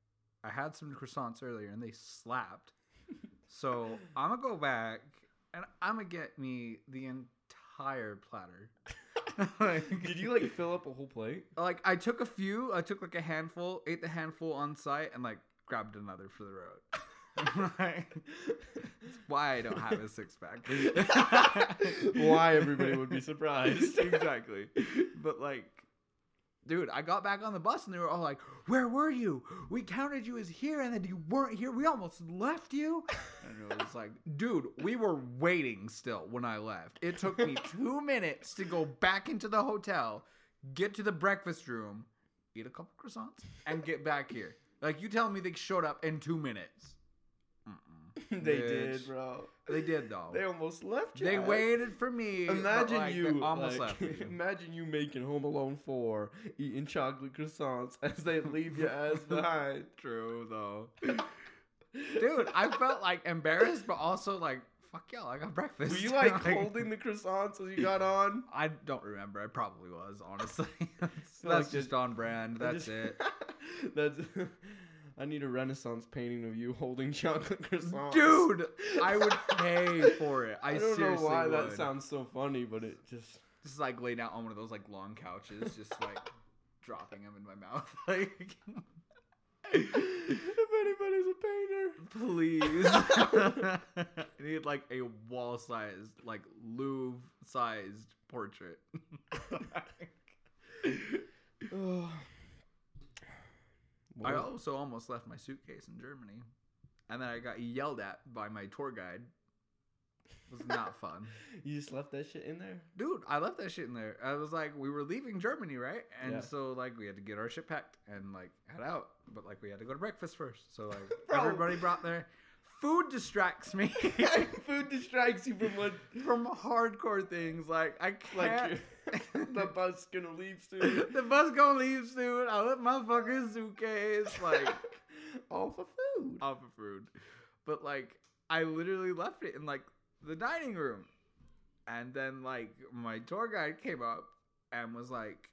S2: I had some croissants earlier and they slapped. so I'm gonna go back and I'm gonna get me the entire platter.
S1: Did you like fill up a whole plate?
S2: like I took a few. I took like a handful, ate the handful on site, and like grabbed another for the road. Like, That's why I don't have a six pack.
S1: Why everybody would be surprised.
S2: exactly. But like, dude, I got back on the bus and they were all like, "Where were you? We counted you as here, and then you weren't here. We almost left you." And it was like, dude, we were waiting still when I left. It took me two minutes to go back into the hotel, get to the breakfast room, eat a couple croissants, and get back here. Like you telling me they showed up in two minutes? Mm-mm.
S1: they
S2: Bitch.
S1: did, bro.
S2: They did though.
S1: They almost left.
S2: They
S1: Jack.
S2: waited for me. but,
S1: Imagine
S2: like, they
S1: you
S2: almost
S1: like,
S2: left me.
S1: Imagine you making Home Alone four, eating chocolate croissants as they leave your ass behind.
S2: True though. Dude, I felt like embarrassed, but also like, fuck y'all, I got breakfast.
S1: Were you like holding the croissants as you got on?
S2: I don't remember. I probably was, honestly.
S1: like
S2: that's that's just
S1: just-
S2: on brand.
S1: I
S2: That's
S1: just-
S2: it.
S1: That's. I need a Renaissance painting of you holding chocolate croissants.
S2: Dude, I would pay for it.
S1: I,
S2: I,
S1: don't know
S2: seriously
S1: why
S2: would.
S1: that sounds so funny, but it just.
S2: Just like laid out on one of those like long couches, just like dropping them in my mouth. Like,
S1: if anybody's a painter.
S2: please. I need like a wall sized, like Louvre sized portrait.
S1: Ugh.
S2: I
S1: Well,
S2: also almost left my suitcase in Germany. And then I got yelled at by my tour guide. It was not fun.
S1: you just left that shit in there.
S2: Dude, I left that shit in there. I was like, we were leaving Germany, right? And
S1: Yeah.
S2: so like we had to get our shit packed and like head out. But like we had to go to breakfast first. So like
S1: Bro.
S2: everybody brought their food distracts me
S1: Food distracts you from what
S2: from hardcore things. Like I
S1: like
S2: can't
S1: you're- the bus gonna leave soon.
S2: the bus gonna leave soon. I left my fucking suitcase. Like
S1: all for food.
S2: off of food. But like I literally left it in like the dining room. And then like my tour guide came up and was like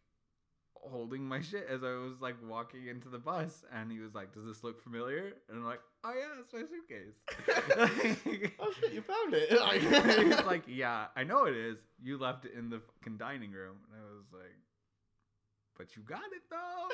S2: holding my shit as I was like walking into the bus and he was like, Does this look familiar? And I'm like, Oh yeah, it's my suitcase.
S1: Oh shit, you found it.
S2: He's like, Yeah, I know it is. You left it in the fucking dining room. And I was like, but you got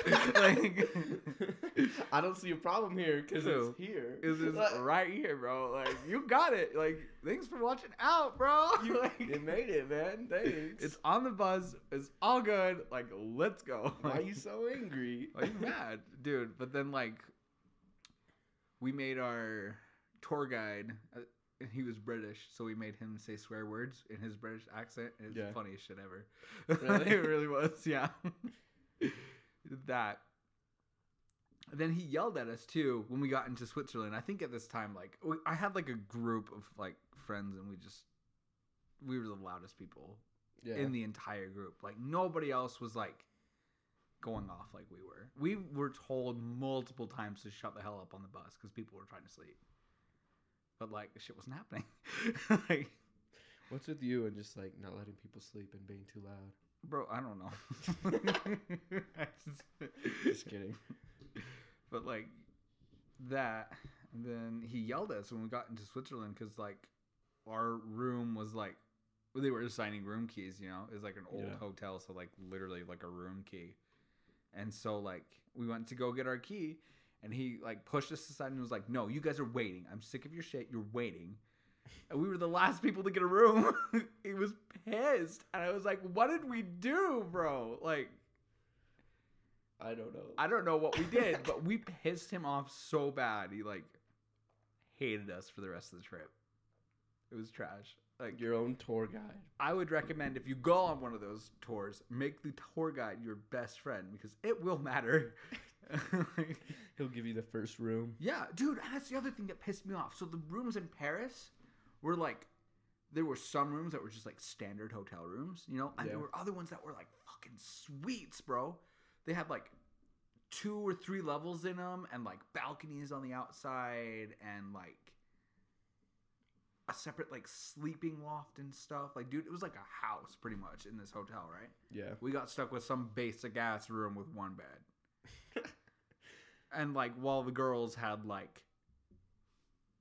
S2: it though. like,
S1: I don't see a problem here because
S2: True.
S1: it's here.
S2: is this
S1: Like,
S2: right here, bro? Like, you got it. Like, thanks for watching out, bro.
S1: you,
S2: Like,
S1: you made it, man. Thanks.
S2: it's on the buzz. It's all good. Like, let's go.
S1: Why are
S2: Like,
S1: you so angry?
S2: Why you mad, dude? But then like, we made our tour guide. Uh, and he was British, so we made him say swear words in his British accent, and it's
S1: Yeah.
S2: the funniest shit ever.
S1: Really?
S2: it really was, yeah. that. Then he yelled at us too when we got into Switzerland. I think at this time, like we- I had like a group of like friends, and we just we were the loudest people
S1: yeah.
S2: in the entire group. Like nobody else was like going off like we were. We were told multiple times to shut the hell up on the bus because people were trying to sleep. But like shit wasn't happening. like,
S1: What's with you and just like not letting people sleep and being too loud?
S2: bro, I don't know. I just-
S1: Just kidding.
S2: but like that and then he yelled at us when we got into switzerland because like our room was like well, they were assigning room keys you know it was like an old
S1: Yeah.
S2: hotel so like literally like a room key and so like we went to go get our key and he like pushed us aside and was like no you guys are waiting i'm sick of your shit you're waiting and we were the last people to get a room he was pissed and i was like what did we do bro like
S1: I don't know.
S2: I don't know what we did, but we pissed him off so bad. He like hated us for the rest of the trip. It was trash. Like
S1: Your own tour guide.
S2: I would recommend if you go on one of those tours, make the tour guide your best friend because it will matter.
S1: He'll give you the first room.
S2: yeah, dude, and that's the other thing that pissed me off. So the rooms in Paris were like there were some rooms that were just like standard hotel rooms, you know, and there
S1: Yeah.
S2: were other ones that were like fucking suites, bro. They had like two or three levels in them and like balconies on the outside and like a separate like sleeping loft and stuff. Like dude, it was like a house pretty much in this hotel, right?
S1: Yeah.
S2: We got stuck with some basic ass room with one bed. and like while the girls had like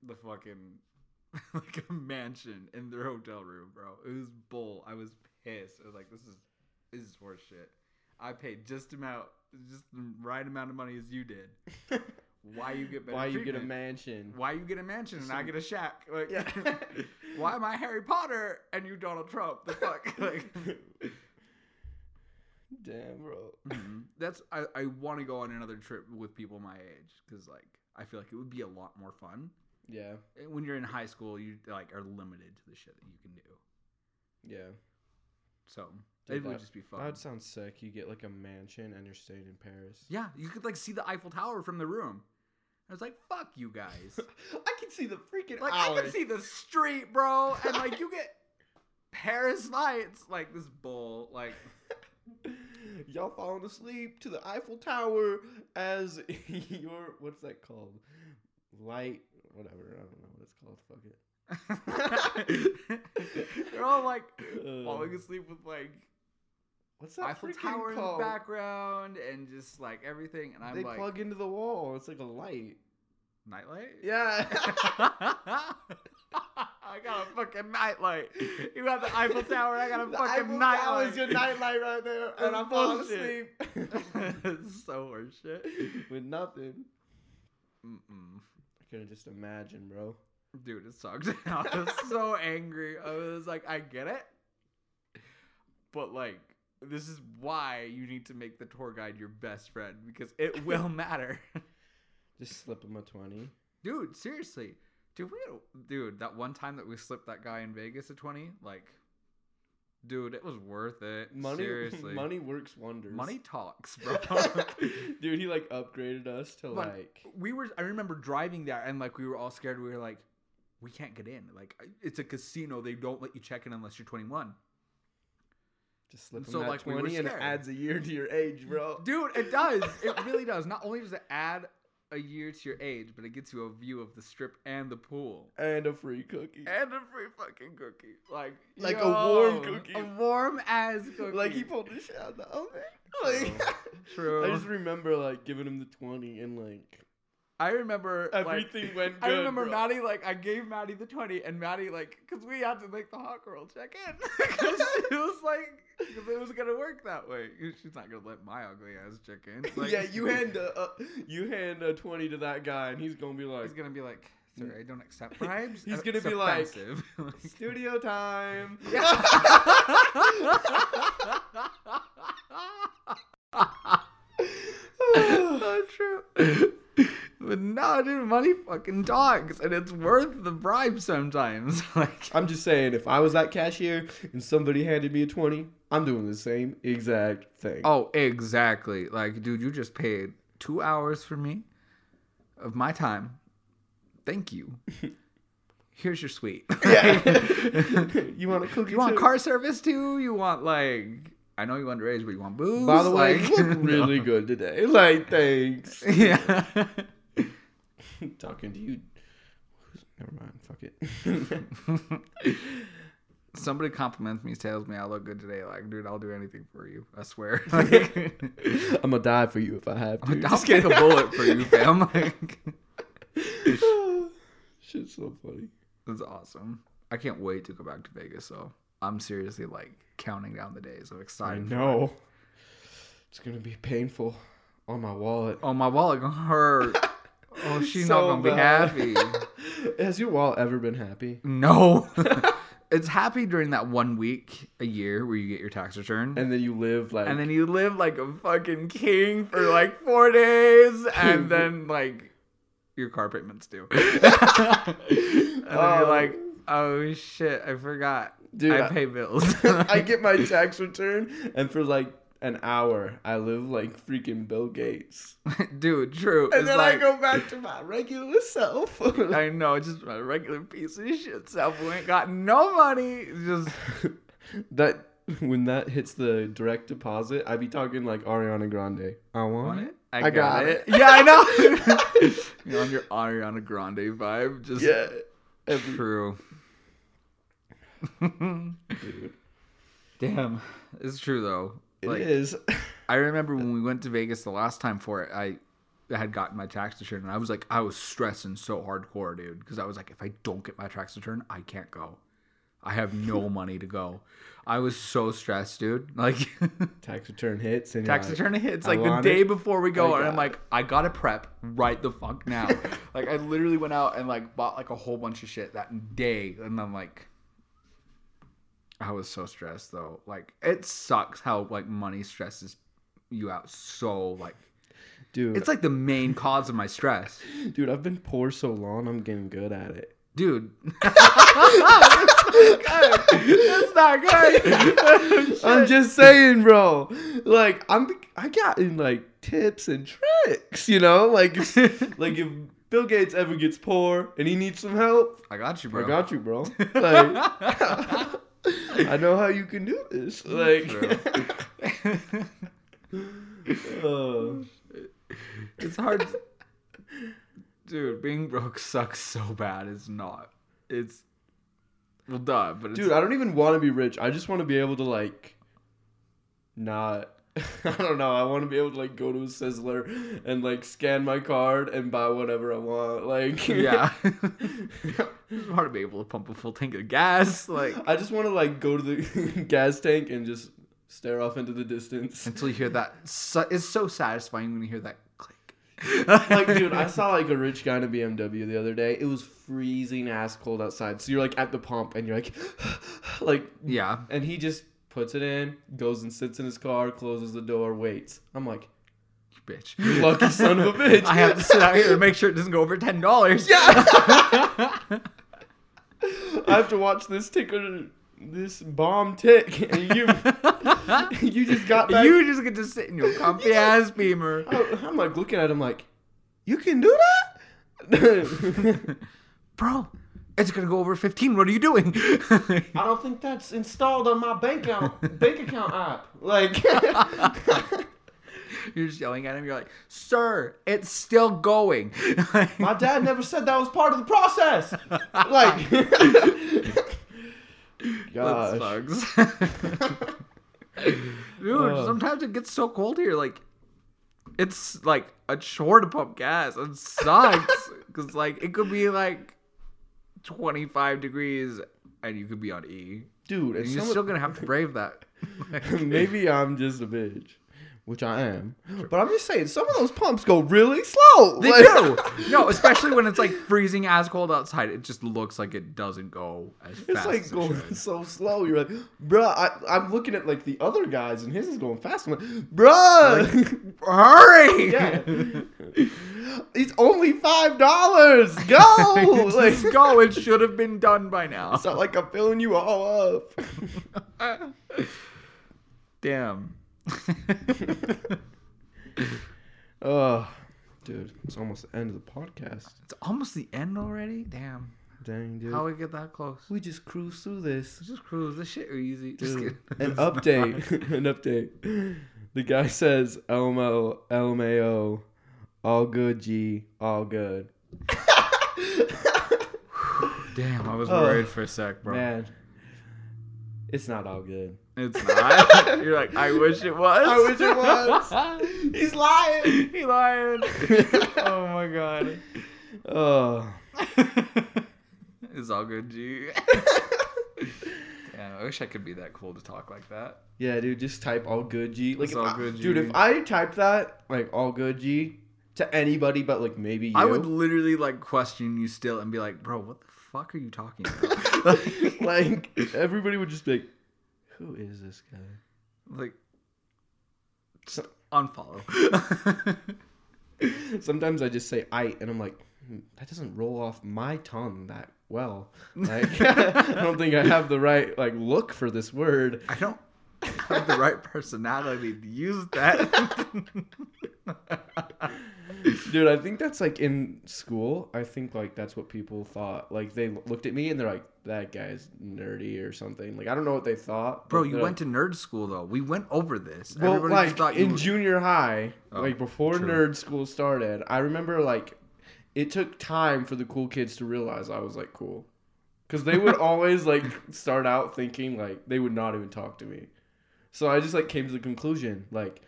S2: the fucking like a mansion in their hotel room, bro. It was bull. I was pissed. I was like, this is this is horse shit. I paid just amount just the right amount of money as you did. Why you get better
S1: Why you get a
S2: treatment?
S1: mansion?
S2: Why you get a mansion and I
S1: Some-
S2: get a shack? Like,
S1: Yeah.
S2: why am I Harry Potter and you Donald Trump? The fuck? Like,
S1: Damn, bro.
S2: Mhm. That's I, I want to go on another trip with people my age because like I feel like it would be a lot more fun.
S1: Yeah.
S2: And When you're in high school, you like are limited to the shit that you can do.
S1: Yeah.
S2: So
S1: Dude,
S2: it would
S1: that-
S2: just be
S1: That
S2: fun.
S1: would sound sick. You get like a mansion and you're staying in Paris.
S2: Yeah, you could like see the Eiffel Tower from the room. I was like, "Fuck you guys!"
S1: I can see the freaking
S2: Like I can see the street, bro, and like you get Paris lights. Like this bull. Like
S1: Y'all falling asleep to the Eiffel Tower as your what's that called? Light, whatever. I don't know what it's called. Fuck it.
S2: you're all like
S1: Uh,
S2: falling asleep with like
S1: What's that
S2: Eiffel
S1: freaking
S2: Tower in the
S1: called?
S2: background and just like everything. And I'm
S1: they
S2: like,
S1: plug into the wall. It's like a light.
S2: nightlight?
S1: Yeah.
S2: I got a fucking nightlight. You got the Eiffel Tower. I got a
S1: The
S2: fucking
S1: Eiffel
S2: nightlight.
S1: Tower is your nightlight right there, and I'm falling
S2: Bullshit.
S1: asleep
S2: It's so horseshit.
S1: with nothing.
S2: Mm-mm.
S1: I could have just imagined, bro.
S2: Dude, it sucked. I was so angry. I was like, I get it. But like, this is why you need to make the tour guide your best friend because it will matter.
S1: Just slip him a twenty.
S2: Dude, seriously. Dude, we dude, that one time that we slipped that guy in Vegas a 20, like dude, it was worth it.
S1: Money,
S2: seriously.
S1: money works wonders.
S2: money talks, bro.
S1: Dude, he like upgraded us to
S2: But-
S1: like
S2: we were I remember driving there and like we were all scared. We were like we can't get in. Like it's a casino. They don't let you check in unless you're 21.
S1: just slip him
S2: so,
S1: that
S2: like, we were
S1: twenty and it
S2: scared.
S1: adds a year to your age, bro.
S2: Dude, it does. It really does. Not only does it add a year to your age, but it gets you a view of the strip and the pool.
S1: And a free cookie.
S2: And a free fucking cookie. Like
S1: Like a warm
S2: yo,
S1: cookie.
S2: A warm as cookie.
S1: Like he pulled this shit out of the oven. Like
S2: True.
S1: I just remember like giving him the twenty and like
S2: I remember like,
S1: everything went good.
S2: I remember
S1: bro.
S2: Maddie like I gave Maddie the twenty and Maddie like because we had to make the hot girl check in. 'Cause she was like Because it was gonna work that way. She's not gonna let my ugly ass check in. Like,
S1: yeah, you hand a, a you hand a twenty to that guy, and he's gonna be like,
S2: He's gonna be like, "Sorry, I don't accept bribes."
S1: He's
S2: Uh,
S1: gonna
S2: it's
S1: be like-
S2: offensive. Like-
S1: "Studio time."
S2: Not true. But no, dude, money fucking talks, and it's worth the bribe sometimes. like,
S1: I'm just saying, if I was that cashier and somebody handed me a twenty, I'm doing the same exact thing.
S2: oh, exactly. Like, dude, you just paid two hours for me of my time. Thank you. Here's your sweet.
S1: you want a cookie?
S2: you want
S1: too?
S2: car service too? You want like I know you underage, but you want booze.
S1: By the way,
S2: Like-
S1: you look really good today. Like, thanks.
S2: yeah.
S1: Talking to you. Never mind. Fuck it.
S2: Somebody compliments me, tells me I look good today. Like, dude, I'll do anything for you. I swear. Like,
S1: I'm gonna die for you if I have to.
S2: I'll
S1: Just
S2: take a
S1: kidding.
S2: bullet for you, fam. Like,
S1: Shit's so funny.
S2: that's awesome. I can't wait to go back to Vegas. So I'm seriously like counting down the days. I'm
S1: I
S2: excited.
S1: know. It's gonna be painful on my wallet.
S2: Oh, my wallet gonna hurt. Oh, she's
S1: So
S2: not gonna
S1: bad.
S2: be happy.
S1: Has your wallet ever been happy?
S2: No. it's happy during that one week a year where you get your tax return.
S1: And then you live like.
S2: and then you live like a fucking king for like four days, and then like your car payments due. and then
S1: Oh.
S2: you're like, oh shit, I forgot.
S1: Dude,
S2: I
S1: I-
S2: pay bills.
S1: I get my tax return, and for like an hour, I live like freaking Bill Gates.
S2: dude, true.
S1: And
S2: It's
S1: then I
S2: like-
S1: go back to my regular self.
S2: I know, it's just a regular piece of shit self who ain't got no money. Just
S1: that when that hits the direct deposit, I be talking like Ariana Grande. I want,
S2: want
S1: it.
S2: it?
S1: I got it.
S2: Yeah, I know. You're on your Ariana Grande vibe. Just
S1: Yeah. Every,
S2: True.
S1: dude.
S2: Damn, it's true though.
S1: It
S2: like
S1: is.
S2: I remember when we went to Vegas the last time for it, I had gotten my tax return and I was like, I was stressing so hardcore, dude, because I was like, if I don't get my tax return, I can't go. I have no money to go. I was so stressed, dude. Like
S1: Tax return hits and you're
S2: tax
S1: like,
S2: return hits
S1: I
S2: like the
S1: want
S2: day
S1: it. uh,
S2: before we go,
S1: I
S2: and
S1: got
S2: I'm like, I gotta prep right the fuck now. like I literally went out and like bought like a whole bunch of shit that day, and I'm like, I was so stressed though. Like it sucks how like money stresses you out so like
S1: Dude,
S2: it's like the main cause of my stress,
S1: dude, I've been poor so long, I'm getting good at it.
S2: dude. That's not good. That's not
S1: I'm
S2: good.
S1: just saying, bro. Like I'm, I got in like tips and tricks, you know. Like, if, like if Bill Gates ever gets poor and he needs some help,
S2: I got you, bro.
S1: I got you, bro. Like, I know how you can do this. Like, uh,
S2: It's hard. Dude, being broke sucks so bad. It's not. It's. Well, duh, but it's.
S1: dude, I don't even want to be rich. I just want to be able to like, not. I don't know. I want to be able to like go to a Sizzler and like scan my card and buy whatever I want. Like,
S2: yeah. it's hard to be able to pump a full tank of gas. Like.
S1: I just want to like go to the gas tank and just stare off into the distance.
S2: Until you hear that. Su- it's so satisfying when you hear that click.
S1: Like, dude, I saw like a rich guy in a BMW the other day. It was freezing ass cold outside. So you're like at the pump and you're like, like,
S2: Yeah.
S1: and he just puts it in, goes and sits in his car, closes the door, waits. I'm like,
S2: Bitch.
S1: You lucky son of a bitch.
S2: I have to sit out here and make sure it doesn't go over $10.
S1: I have to watch this ticker, this bomb tick, and you, you just got Oh, back.
S2: You just get to sit in your comfy ass beamer.
S1: I, I'm like looking at him like, you can do that.
S2: Bro, it's gonna go over 15. What are you doing?
S1: I don't think that's installed on my bank account bank account app. Like
S2: you're just yelling at him. You're like, sir, it's still going.
S1: my dad never said that was part of the process. Like
S2: That
S1: Gosh.
S2: sucks. Dude,
S1: Ugh.
S2: sometimes it gets so cold here. Like, it's like a chore to pump gas. It sucks. Because, like, it could be like 25 degrees and you could E. be on E.
S1: Dude,
S2: And
S1: and
S2: you're
S1: some,
S2: still gonna have to brave that. Like-
S1: Maybe I'm just a bitch, which I am. But I'm just saying, some of those pumps go really slow.
S2: They
S1: Like-
S2: do. No, especially when it's like freezing as cold outside. It just looks like it doesn't go as fast.
S1: It's like
S2: as it
S1: going
S2: should.
S1: so slow. You're like, bruh, I, I'm looking at like the other guys and his is going fast. I'm like, bruh,
S2: Hurry!
S1: yeah. it's only $5. Go. like,
S2: Let's go. It should have been done by now.
S1: it's not like I'm filling you all up. uh,
S2: Damn.
S1: Oh, dude, it's almost the end of the podcast.
S2: it's almost the end already. Damn.
S1: Dang, dude.
S2: How we get that close?
S1: we just cruise through this.
S2: Let's just cruise. This shit are easy. Just
S1: Dude,
S2: kidding.
S1: an update. an update. The guy says, LMO, LMAO, all good, G, all good.
S2: Damn, I was
S1: Oh,
S2: worried for a sec, bro.
S1: Man, it's not all good.
S2: It's not. You're like, I wish it was.
S1: I wish it was. He's lying.
S2: he lied. oh my god.
S1: Oh.
S2: it's all good, G. Damn, I wish I could be that cool to talk like that.
S1: Yeah, dude, just type all good G. Like,
S2: It's
S1: if
S2: all
S1: I-
S2: good
S1: dude,
S2: G.
S1: if I type that, like, all good G, to anybody but, like, maybe you.
S2: I would literally like question you still and be like, bro, what the fuck are you talking about?
S1: like, everybody would just be like, who is this guy?
S2: like
S1: So-
S2: unfollow.
S1: Sometimes I just say I, and I'm like, "Hmm, that doesn't roll off my tongue that well. Like, I don't think I have the right, like, look for this word.
S2: I don't have the right personality to use that.
S1: Dude, I think that's like in school. I think like that's what people thought. Like they looked at me and they're like, "That guy's nerdy" or something. Like I don't know what they thought.
S2: Bro,
S1: but
S2: you
S1: they're
S2: went
S1: like,
S2: to nerd school though. We went over this.
S1: well,
S2: Everybody
S1: like
S2: just thought you
S1: in
S2: were-
S1: junior high,
S2: Oh,
S1: like before
S2: true.
S1: nerd school started. I remember like it took time for the cool kids to realize I was like cool, because they would always like start out thinking like they would not even talk to me. So I just like came to the conclusion like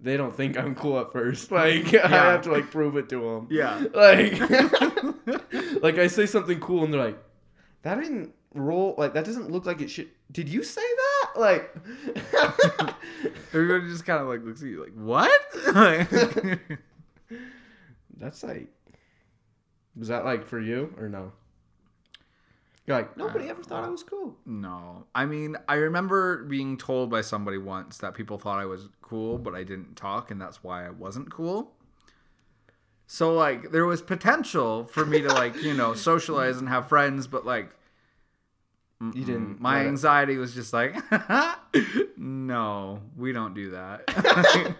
S1: they don't think I'm cool at first. Like I
S2: Yeah.
S1: have to like prove it to them.
S2: Yeah.
S1: Like, like I say something cool and they're like, that didn't roll. Like that doesn't look like it should. Did you say that? Like,
S2: Everybody just kind of like looks at you like, what? Like-
S1: that's like, was that like for you or no? You're like nobody ever thought I was cool.
S2: no. I mean, I remember being told by somebody once that people thought I was cool, but I didn't talk, and that's why I wasn't cool. So, like, there was potential for me to, like, you know, socialize and have friends, but, like,
S1: You didn't.
S2: my
S1: know
S2: anxiety was just like, no, we don't do
S1: that.
S2: that.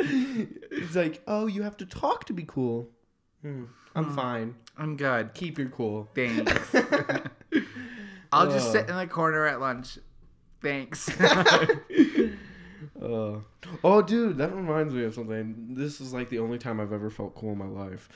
S1: it's like, oh, you have to talk to be cool. Hmm, I'm fine.
S2: I'm good.
S1: Keep your cool.
S2: Thanks. I'll just sit in the corner at lunch. Thanks.
S1: Uh, oh, dude, that reminds me of something. This is like the only time I've ever felt cool in my life.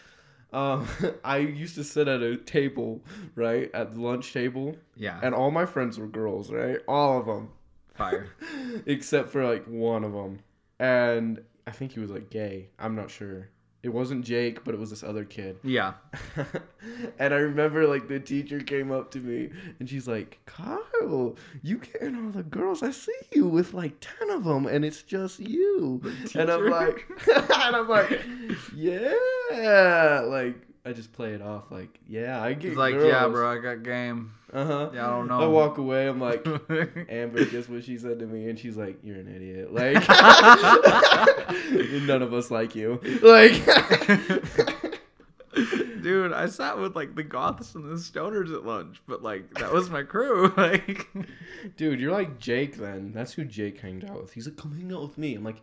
S1: Um, I used to sit at a table, right, at the lunch table,
S2: yeah.
S1: and all my friends were girls, right, all of them,
S2: Fire.
S1: except for like one of them, and I think he was like gay. I'm not sure. It wasn't Jake, but it was this other kid.
S2: Yeah.
S1: and I remember like the teacher came up to me and she's like, Kyle, you getting all the girls. I see you with like ten of them, and it's just you. And I'm
S2: teacher?
S1: like, and I'm like, yeah, like I just play it off like, yeah, I get
S2: He's like,
S1: girls.
S2: yeah, bro, I got game.
S1: Uh huh.
S2: Yeah, I don't
S1: I
S2: know.
S1: walk away. I'm like, Amber, guess what she said to me? And she's like, "You're an idiot. Like, none of us like you. Like,
S2: Dude, I sat with like the goths and the stoners at lunch, but like that was my crew. Like,
S1: Dude, you're like Jake then. That's who Jake hanged out with. He's like, come hang out with me. I'm like,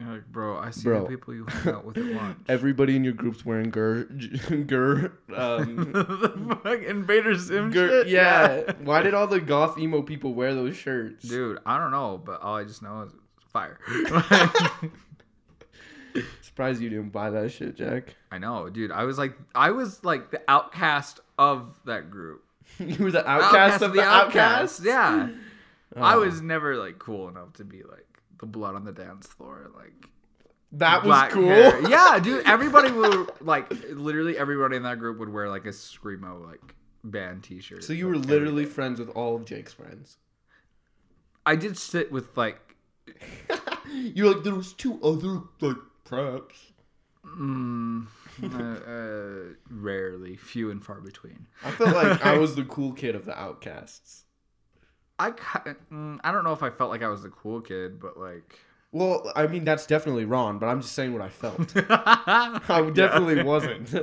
S2: You're like, bro, I see
S1: Bro.
S2: the people you hang out with at lunch.
S1: everybody in your group's wearing gur, gur, um,
S2: the fuck Invader Sim
S1: gur.
S2: shit.
S1: Yeah. Why did all the goth emo people wear those shirts?
S2: Dude, I don't know, but all I just know is fire.
S1: Surprised you didn't buy that shit, Jack.
S2: I know, dude. I was like, I was like the outcast of that group.
S1: you were the outcast, of the, outcast. Oh.
S2: Yeah, I was never like cool enough to be like the blood on the dance floor. Like
S1: That was
S2: black
S1: cool.
S2: hair. Yeah, dude. Everybody would like literally everybody in that group would wear like a screamo like band T-shirt.
S1: So you
S2: like,
S1: were
S2: every-
S1: literally friends with all of Jake's friends.
S2: I did sit with like
S1: You're like, there was two other like preps.
S2: Mm, uh, uh, rarely, few and far between.
S1: I felt like I was the cool kid of the outcasts.
S2: I ki- mm, I don't know if I felt like I was the cool kid, but like
S1: Well, I mean that's definitely wrong, but I'm just saying what I felt. I
S2: I
S1: definitely wasn't.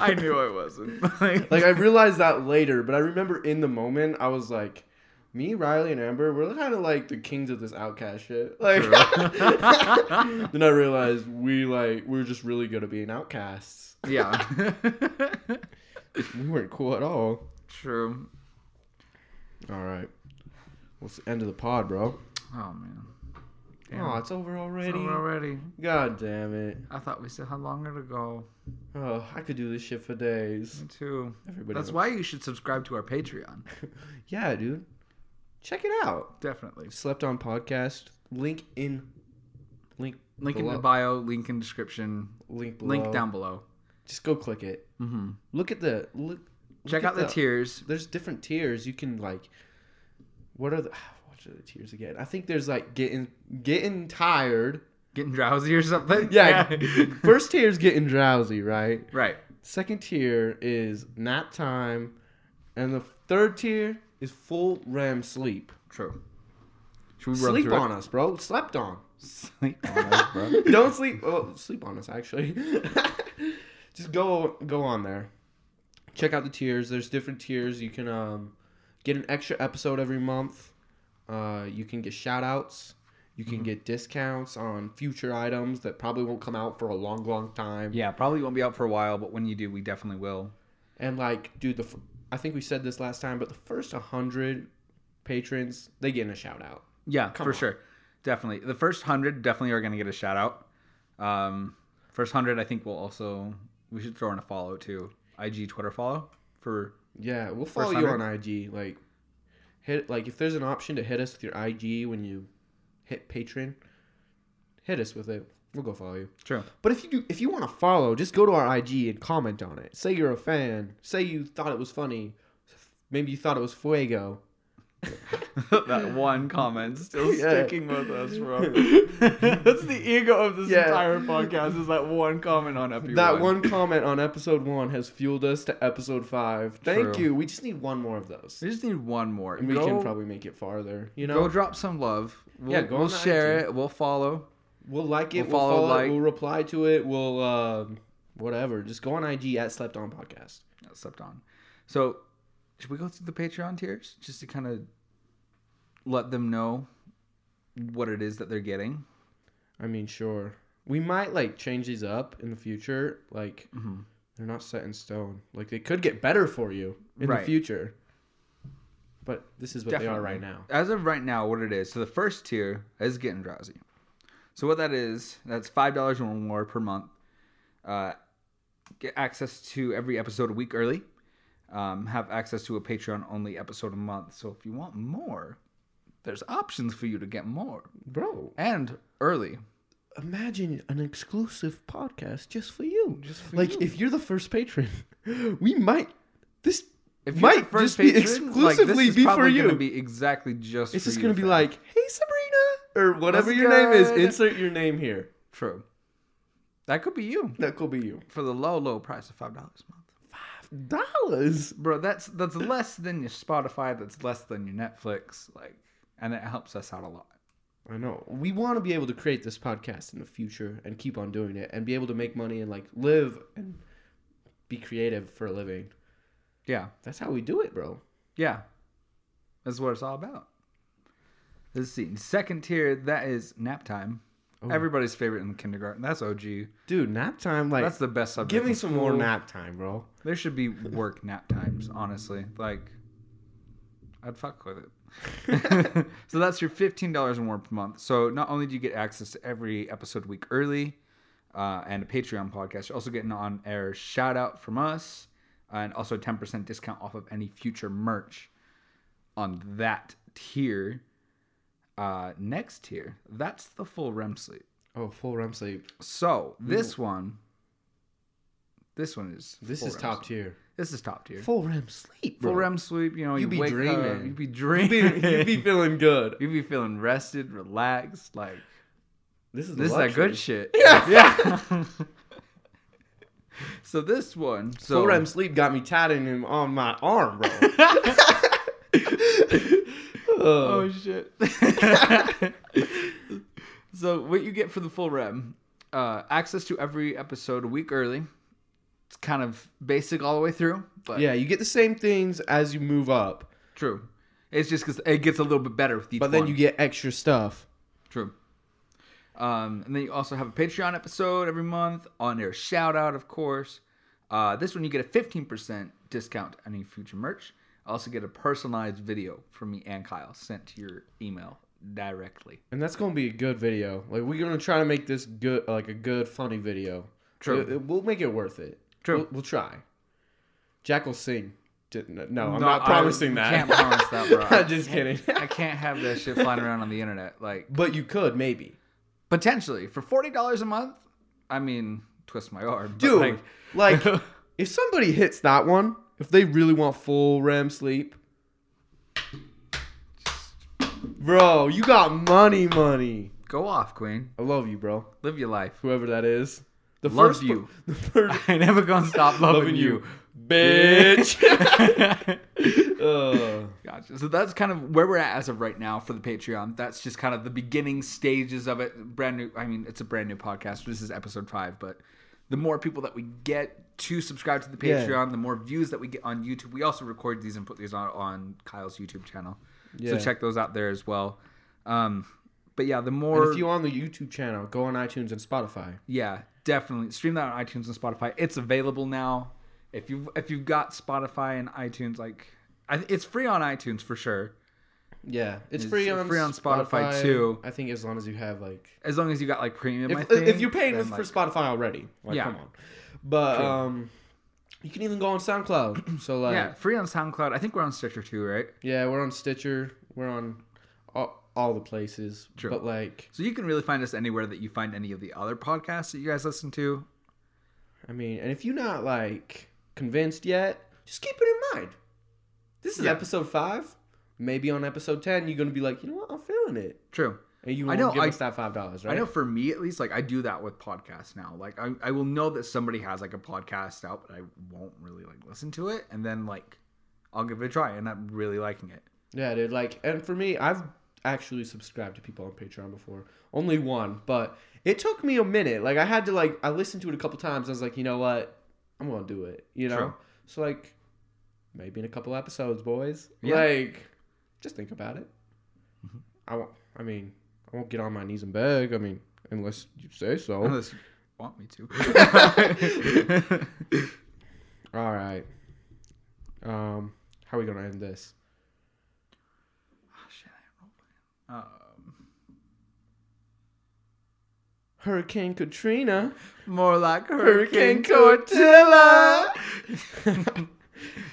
S2: I knew I wasn't. Like,
S1: Like I realized that later, but I remember in the moment I was like, me, Riley, and Amber, we're kind of like the kings of this outcast shit. Like,
S2: True.
S1: then I realized we like we're just really good at being outcasts.
S2: yeah,
S1: We weren't cool at all.
S2: true.
S1: All right, what's the end of the pod, bro?
S2: Oh man,
S1: Oh,
S2: Damn.
S1: it's over already.
S2: It's over already.
S1: God damn it.
S2: I thought we still had longer to go.
S1: Oh, I could do this shit for days.
S2: Me too.
S1: Everybody.
S2: That's why you should subscribe to our Patreon.
S1: Yeah, dude. Check it out.
S2: Definitely.
S1: Slept on podcast. Link in. Link.
S2: Link in
S1: Below.
S2: the bio. Link in description.
S1: Link. Below.
S2: Link down below.
S1: Just go click it.
S2: Mm-hmm.
S1: Look at the look. look
S2: Check
S1: at
S2: out the, tiers.
S1: There's different tiers. You can like. What are the what are the tiers again? I think there's like getting getting tired.
S2: Getting drowsy or something.
S1: Yeah. First tier is getting drowsy, right?
S2: right.
S1: Second tier is nap time, and the third tier is full REM sleep.
S2: True. Should we run
S1: Sleep
S2: through
S1: on us, bro. Slept on.
S2: It? Sleep on us, bro.
S1: Don't sleep. Oh, sleep on us actually. Just go go on there. Check out the tiers. There's different tiers. You can um get an extra episode every month. Uh, you can get shout outs. You
S2: Mm-hmm.
S1: can get discounts on future items that probably won't come out for a long, long time.
S2: Yeah, probably won't be out for a while, but when you do, we definitely will.
S1: And like, dude, the f- I think we said this last time, but the first hundred patrons they get a shout out.
S2: Yeah,
S1: Come
S2: for
S1: on.
S2: sure. Definitely. The first 100 definitely are going to get a shout out. Um, first 100, I think we'll also, we should throw in a follow too. IG, Twitter follow for,
S1: Yeah, we'll follow you on IG. Like, hit like if there's an option to hit us with your IG when you hit patron, hit us with it. We'll go follow you.
S2: true.
S1: But if you do, if you want to follow, just go to our IG and comment on it. Say you're a fan. Say you thought it was funny. Maybe you thought it was fuego.
S2: that one comment still
S1: Yeah.
S2: sticking with us, bro. That's the ego of this
S1: Yeah.
S2: entire podcast is that one comment on episode.
S1: That one comment on episode one has fueled us to episode five. Thank
S2: True.
S1: you. We just need one more of those.
S2: We just need one more.
S1: And we
S2: go,
S1: can probably make it farther. You know,
S2: go drop some love. We'll,
S1: Yeah, go
S2: we'll
S1: on the
S2: share
S1: IG.
S2: it. We'll follow.
S1: We'll like it. We'll
S2: We'll
S1: follow,
S2: follow,
S1: it.
S2: like-
S1: We'll reply to it. We'll um, whatever. Just go on IG at Slept On Podcast.
S2: That's slept on. So, should we go through the Patreon tiers just to kind of let them know what it is that they're getting?
S1: I mean, sure. We might like change these up in the future. Like
S2: Mm-hmm.
S1: they're not set in stone. Like they could get better for you in the
S2: Right.
S1: future. But this is what they are right now.
S2: As of right now, what it is. So the first tier is getting drowsy. So what that is, that's five dollars or more per month. Uh, get access to every episode a week early. Um, have access to a Patreon only episode a month. So if you want more, there's options for you to get more
S1: Bro,
S2: and early.
S1: imagine an exclusive podcast just for you.
S2: Just for
S1: like
S2: you.
S1: if you're the first patron, we might this
S2: If you're the
S1: might just be
S2: patron, like,
S1: exclusively
S2: this is
S1: be for
S2: probably
S1: you.
S2: Gonna be exactly just.
S1: It's
S2: for
S1: just
S2: you,
S1: gonna be
S2: fam.
S1: like, hey Sabrina, or whatever
S2: What's
S1: your name is.
S2: good?
S1: Insert your name here.
S2: true. That could be you
S1: That could be you.
S2: for the low, low price of five dollars a month,
S1: Dollars.
S2: bro. That's that's less than your Spotify. That's less than your Netflix. Like, and it helps us out a lot.
S1: I know. We want to be able to create this podcast in the future and keep on doing it and be able to make money and like live and be creative for a living.
S2: Yeah,
S1: That's how we do it, bro.
S2: yeah. That's what it's all about. Let's see. Second tier, that is nap time.
S1: Oh.
S2: Everybody's favorite in kindergarten. That's OG.
S1: Dude, nap time like
S2: That's the best subject.
S1: give me
S2: in
S1: some more
S2: school.
S1: nap time, bro.
S2: There should be work nap times, honestly. Like, I'd fuck with it. so that's your fifteen dollars or more per month. So not only do you get access to every episode a week early, uh, and a Patreon podcast, you're also getting an on-air shout out from us, and also ten percent discount off of any future merch on that tier. Uh, next tier, that's the full REM sleep.
S1: Oh, full REM sleep.
S2: So this one, this one is
S1: This
S2: full
S1: is
S2: REM
S1: top
S2: sleep.
S1: tier.
S2: This is top tier. Full,
S1: Full REM sleep. bro.
S2: REM sleep. You know,
S1: You
S2: you,
S1: be
S2: wake up.
S1: dreaming.
S2: You be
S1: You be,
S2: dreaming.
S1: you be feeling good.
S2: you be feeling rested, relaxed. Like
S1: This is
S2: this is that good
S1: luxury.
S2: shit.
S1: Yeah.
S2: Yeah. so this one. So
S1: Full REM sleep got me tatting him on my arm, bro.
S2: oh
S1: oh,
S2: shit. so what you get for the full rem, uh, access to every episode a week early. It's kind of basic all the way through, but
S1: yeah, you get the same things as you move up,
S2: true. It's just because it gets a little bit better with each
S1: but then
S2: one.
S1: you get extra stuff.
S2: True. Um, and then you also have a Patreon episode every month, on air shout out, of course. Uh, this one you get a 15% discount on any future merch. Also get a personalized video from me and Kyle sent to your email directly.
S1: And that's gonna be a good video. Like we're gonna try to make this good, like a good funny video.
S2: True.
S1: It- it- we'll make it worth it.
S2: True.
S1: We'll, we'll try. Jack will sing. Didn't, no, I'm
S2: No,
S1: not
S2: I
S1: promising that.
S2: can't promise that, bro.
S1: I'm just kidding.
S2: I can't have that shit flying around on the internet. Like
S1: but you could maybe,
S2: potentially for forty dollars a month. I mean, twist my arm, but,
S1: dude.
S2: like-
S1: Like, if somebody hits that one, if they really want full REM sleep, bro, you got money, money.
S2: go off, Queen.
S1: I love you, bro.
S2: Live your life.
S1: Whoever that is, the
S2: Love
S1: per-
S2: you.
S1: the first
S2: I never gonna stop loving,
S1: loving
S2: you.
S1: you, bitch. Uh,
S2: Gotcha. So that's kind of where we're at as of right now for the Patreon. That's just kind of the beginning stages of it. Brand new. I mean, it's a brand new podcast. This is episode five, but the more people that we get to subscribe to the
S1: Yeah.
S2: Patreon, the more views that we get on YouTube. We also record these and put these on on Kyle's YouTube channel. So
S1: Yeah.
S2: check those out there as well. Um, but yeah, the
S1: and
S2: more
S1: if you on the YouTube channel, go on iTunes and Spotify.
S2: yeah, definitely stream that on iTunes and Spotify. It's available now. If you have if you've got Spotify and iTunes, like I, it's free on iTunes for sure.
S1: Yeah, it's,
S2: It's
S1: free on
S2: free on Spotify, too.
S1: I think as long as you have like,
S2: As long as you got like premium, I
S1: if,
S2: think,
S1: if you're paying
S2: then,
S1: for
S2: like,
S1: Spotify already, like,
S2: Yeah.
S1: come on. But
S2: True.
S1: um, you can even go on SoundCloud. So like,
S2: yeah, free on SoundCloud. I think we're on Stitcher too, right?
S1: Yeah, we're on Stitcher. We're on all, all the places.
S2: True.
S1: But like,
S2: So you can really find us anywhere that you find any of the other podcasts that you guys listen to.
S1: I mean, and if you're not like convinced yet, just keep it in mind. This is
S2: Yeah.
S1: episode five. Maybe on episode ten, you're gonna be like, you know what, I'm feeling it,
S2: True.
S1: and you
S2: I
S1: won't
S2: know,
S1: give
S2: I-
S1: us that five dollars, right?
S2: I know for me at least, like I do that with podcasts now. Like I, I will know that somebody has like a podcast out, but I won't really like listen to it, and then like I'll give it a try, and I'm really liking it.
S1: Yeah, dude. Like, and for me, I've actually subscribed to people on Patreon before. Only one, but it took me a minute. Like, I had to like, I listened to it a couple times. I was like, you know what, I'm gonna do it. You know,
S2: True.
S1: so like, maybe in a couple episodes, boys.
S2: Yeah.
S1: Like, just think about it. I won't. I mean, I won't get on my knees and beg. I mean, unless you say so.
S2: Unless you want me Oh, to.
S1: All right. Um, how are we gonna end this?
S2: um,
S1: Hurricane Katrina.
S2: more like Hurricane
S1: Hurricane
S2: Cortilla.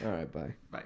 S1: All right, bye.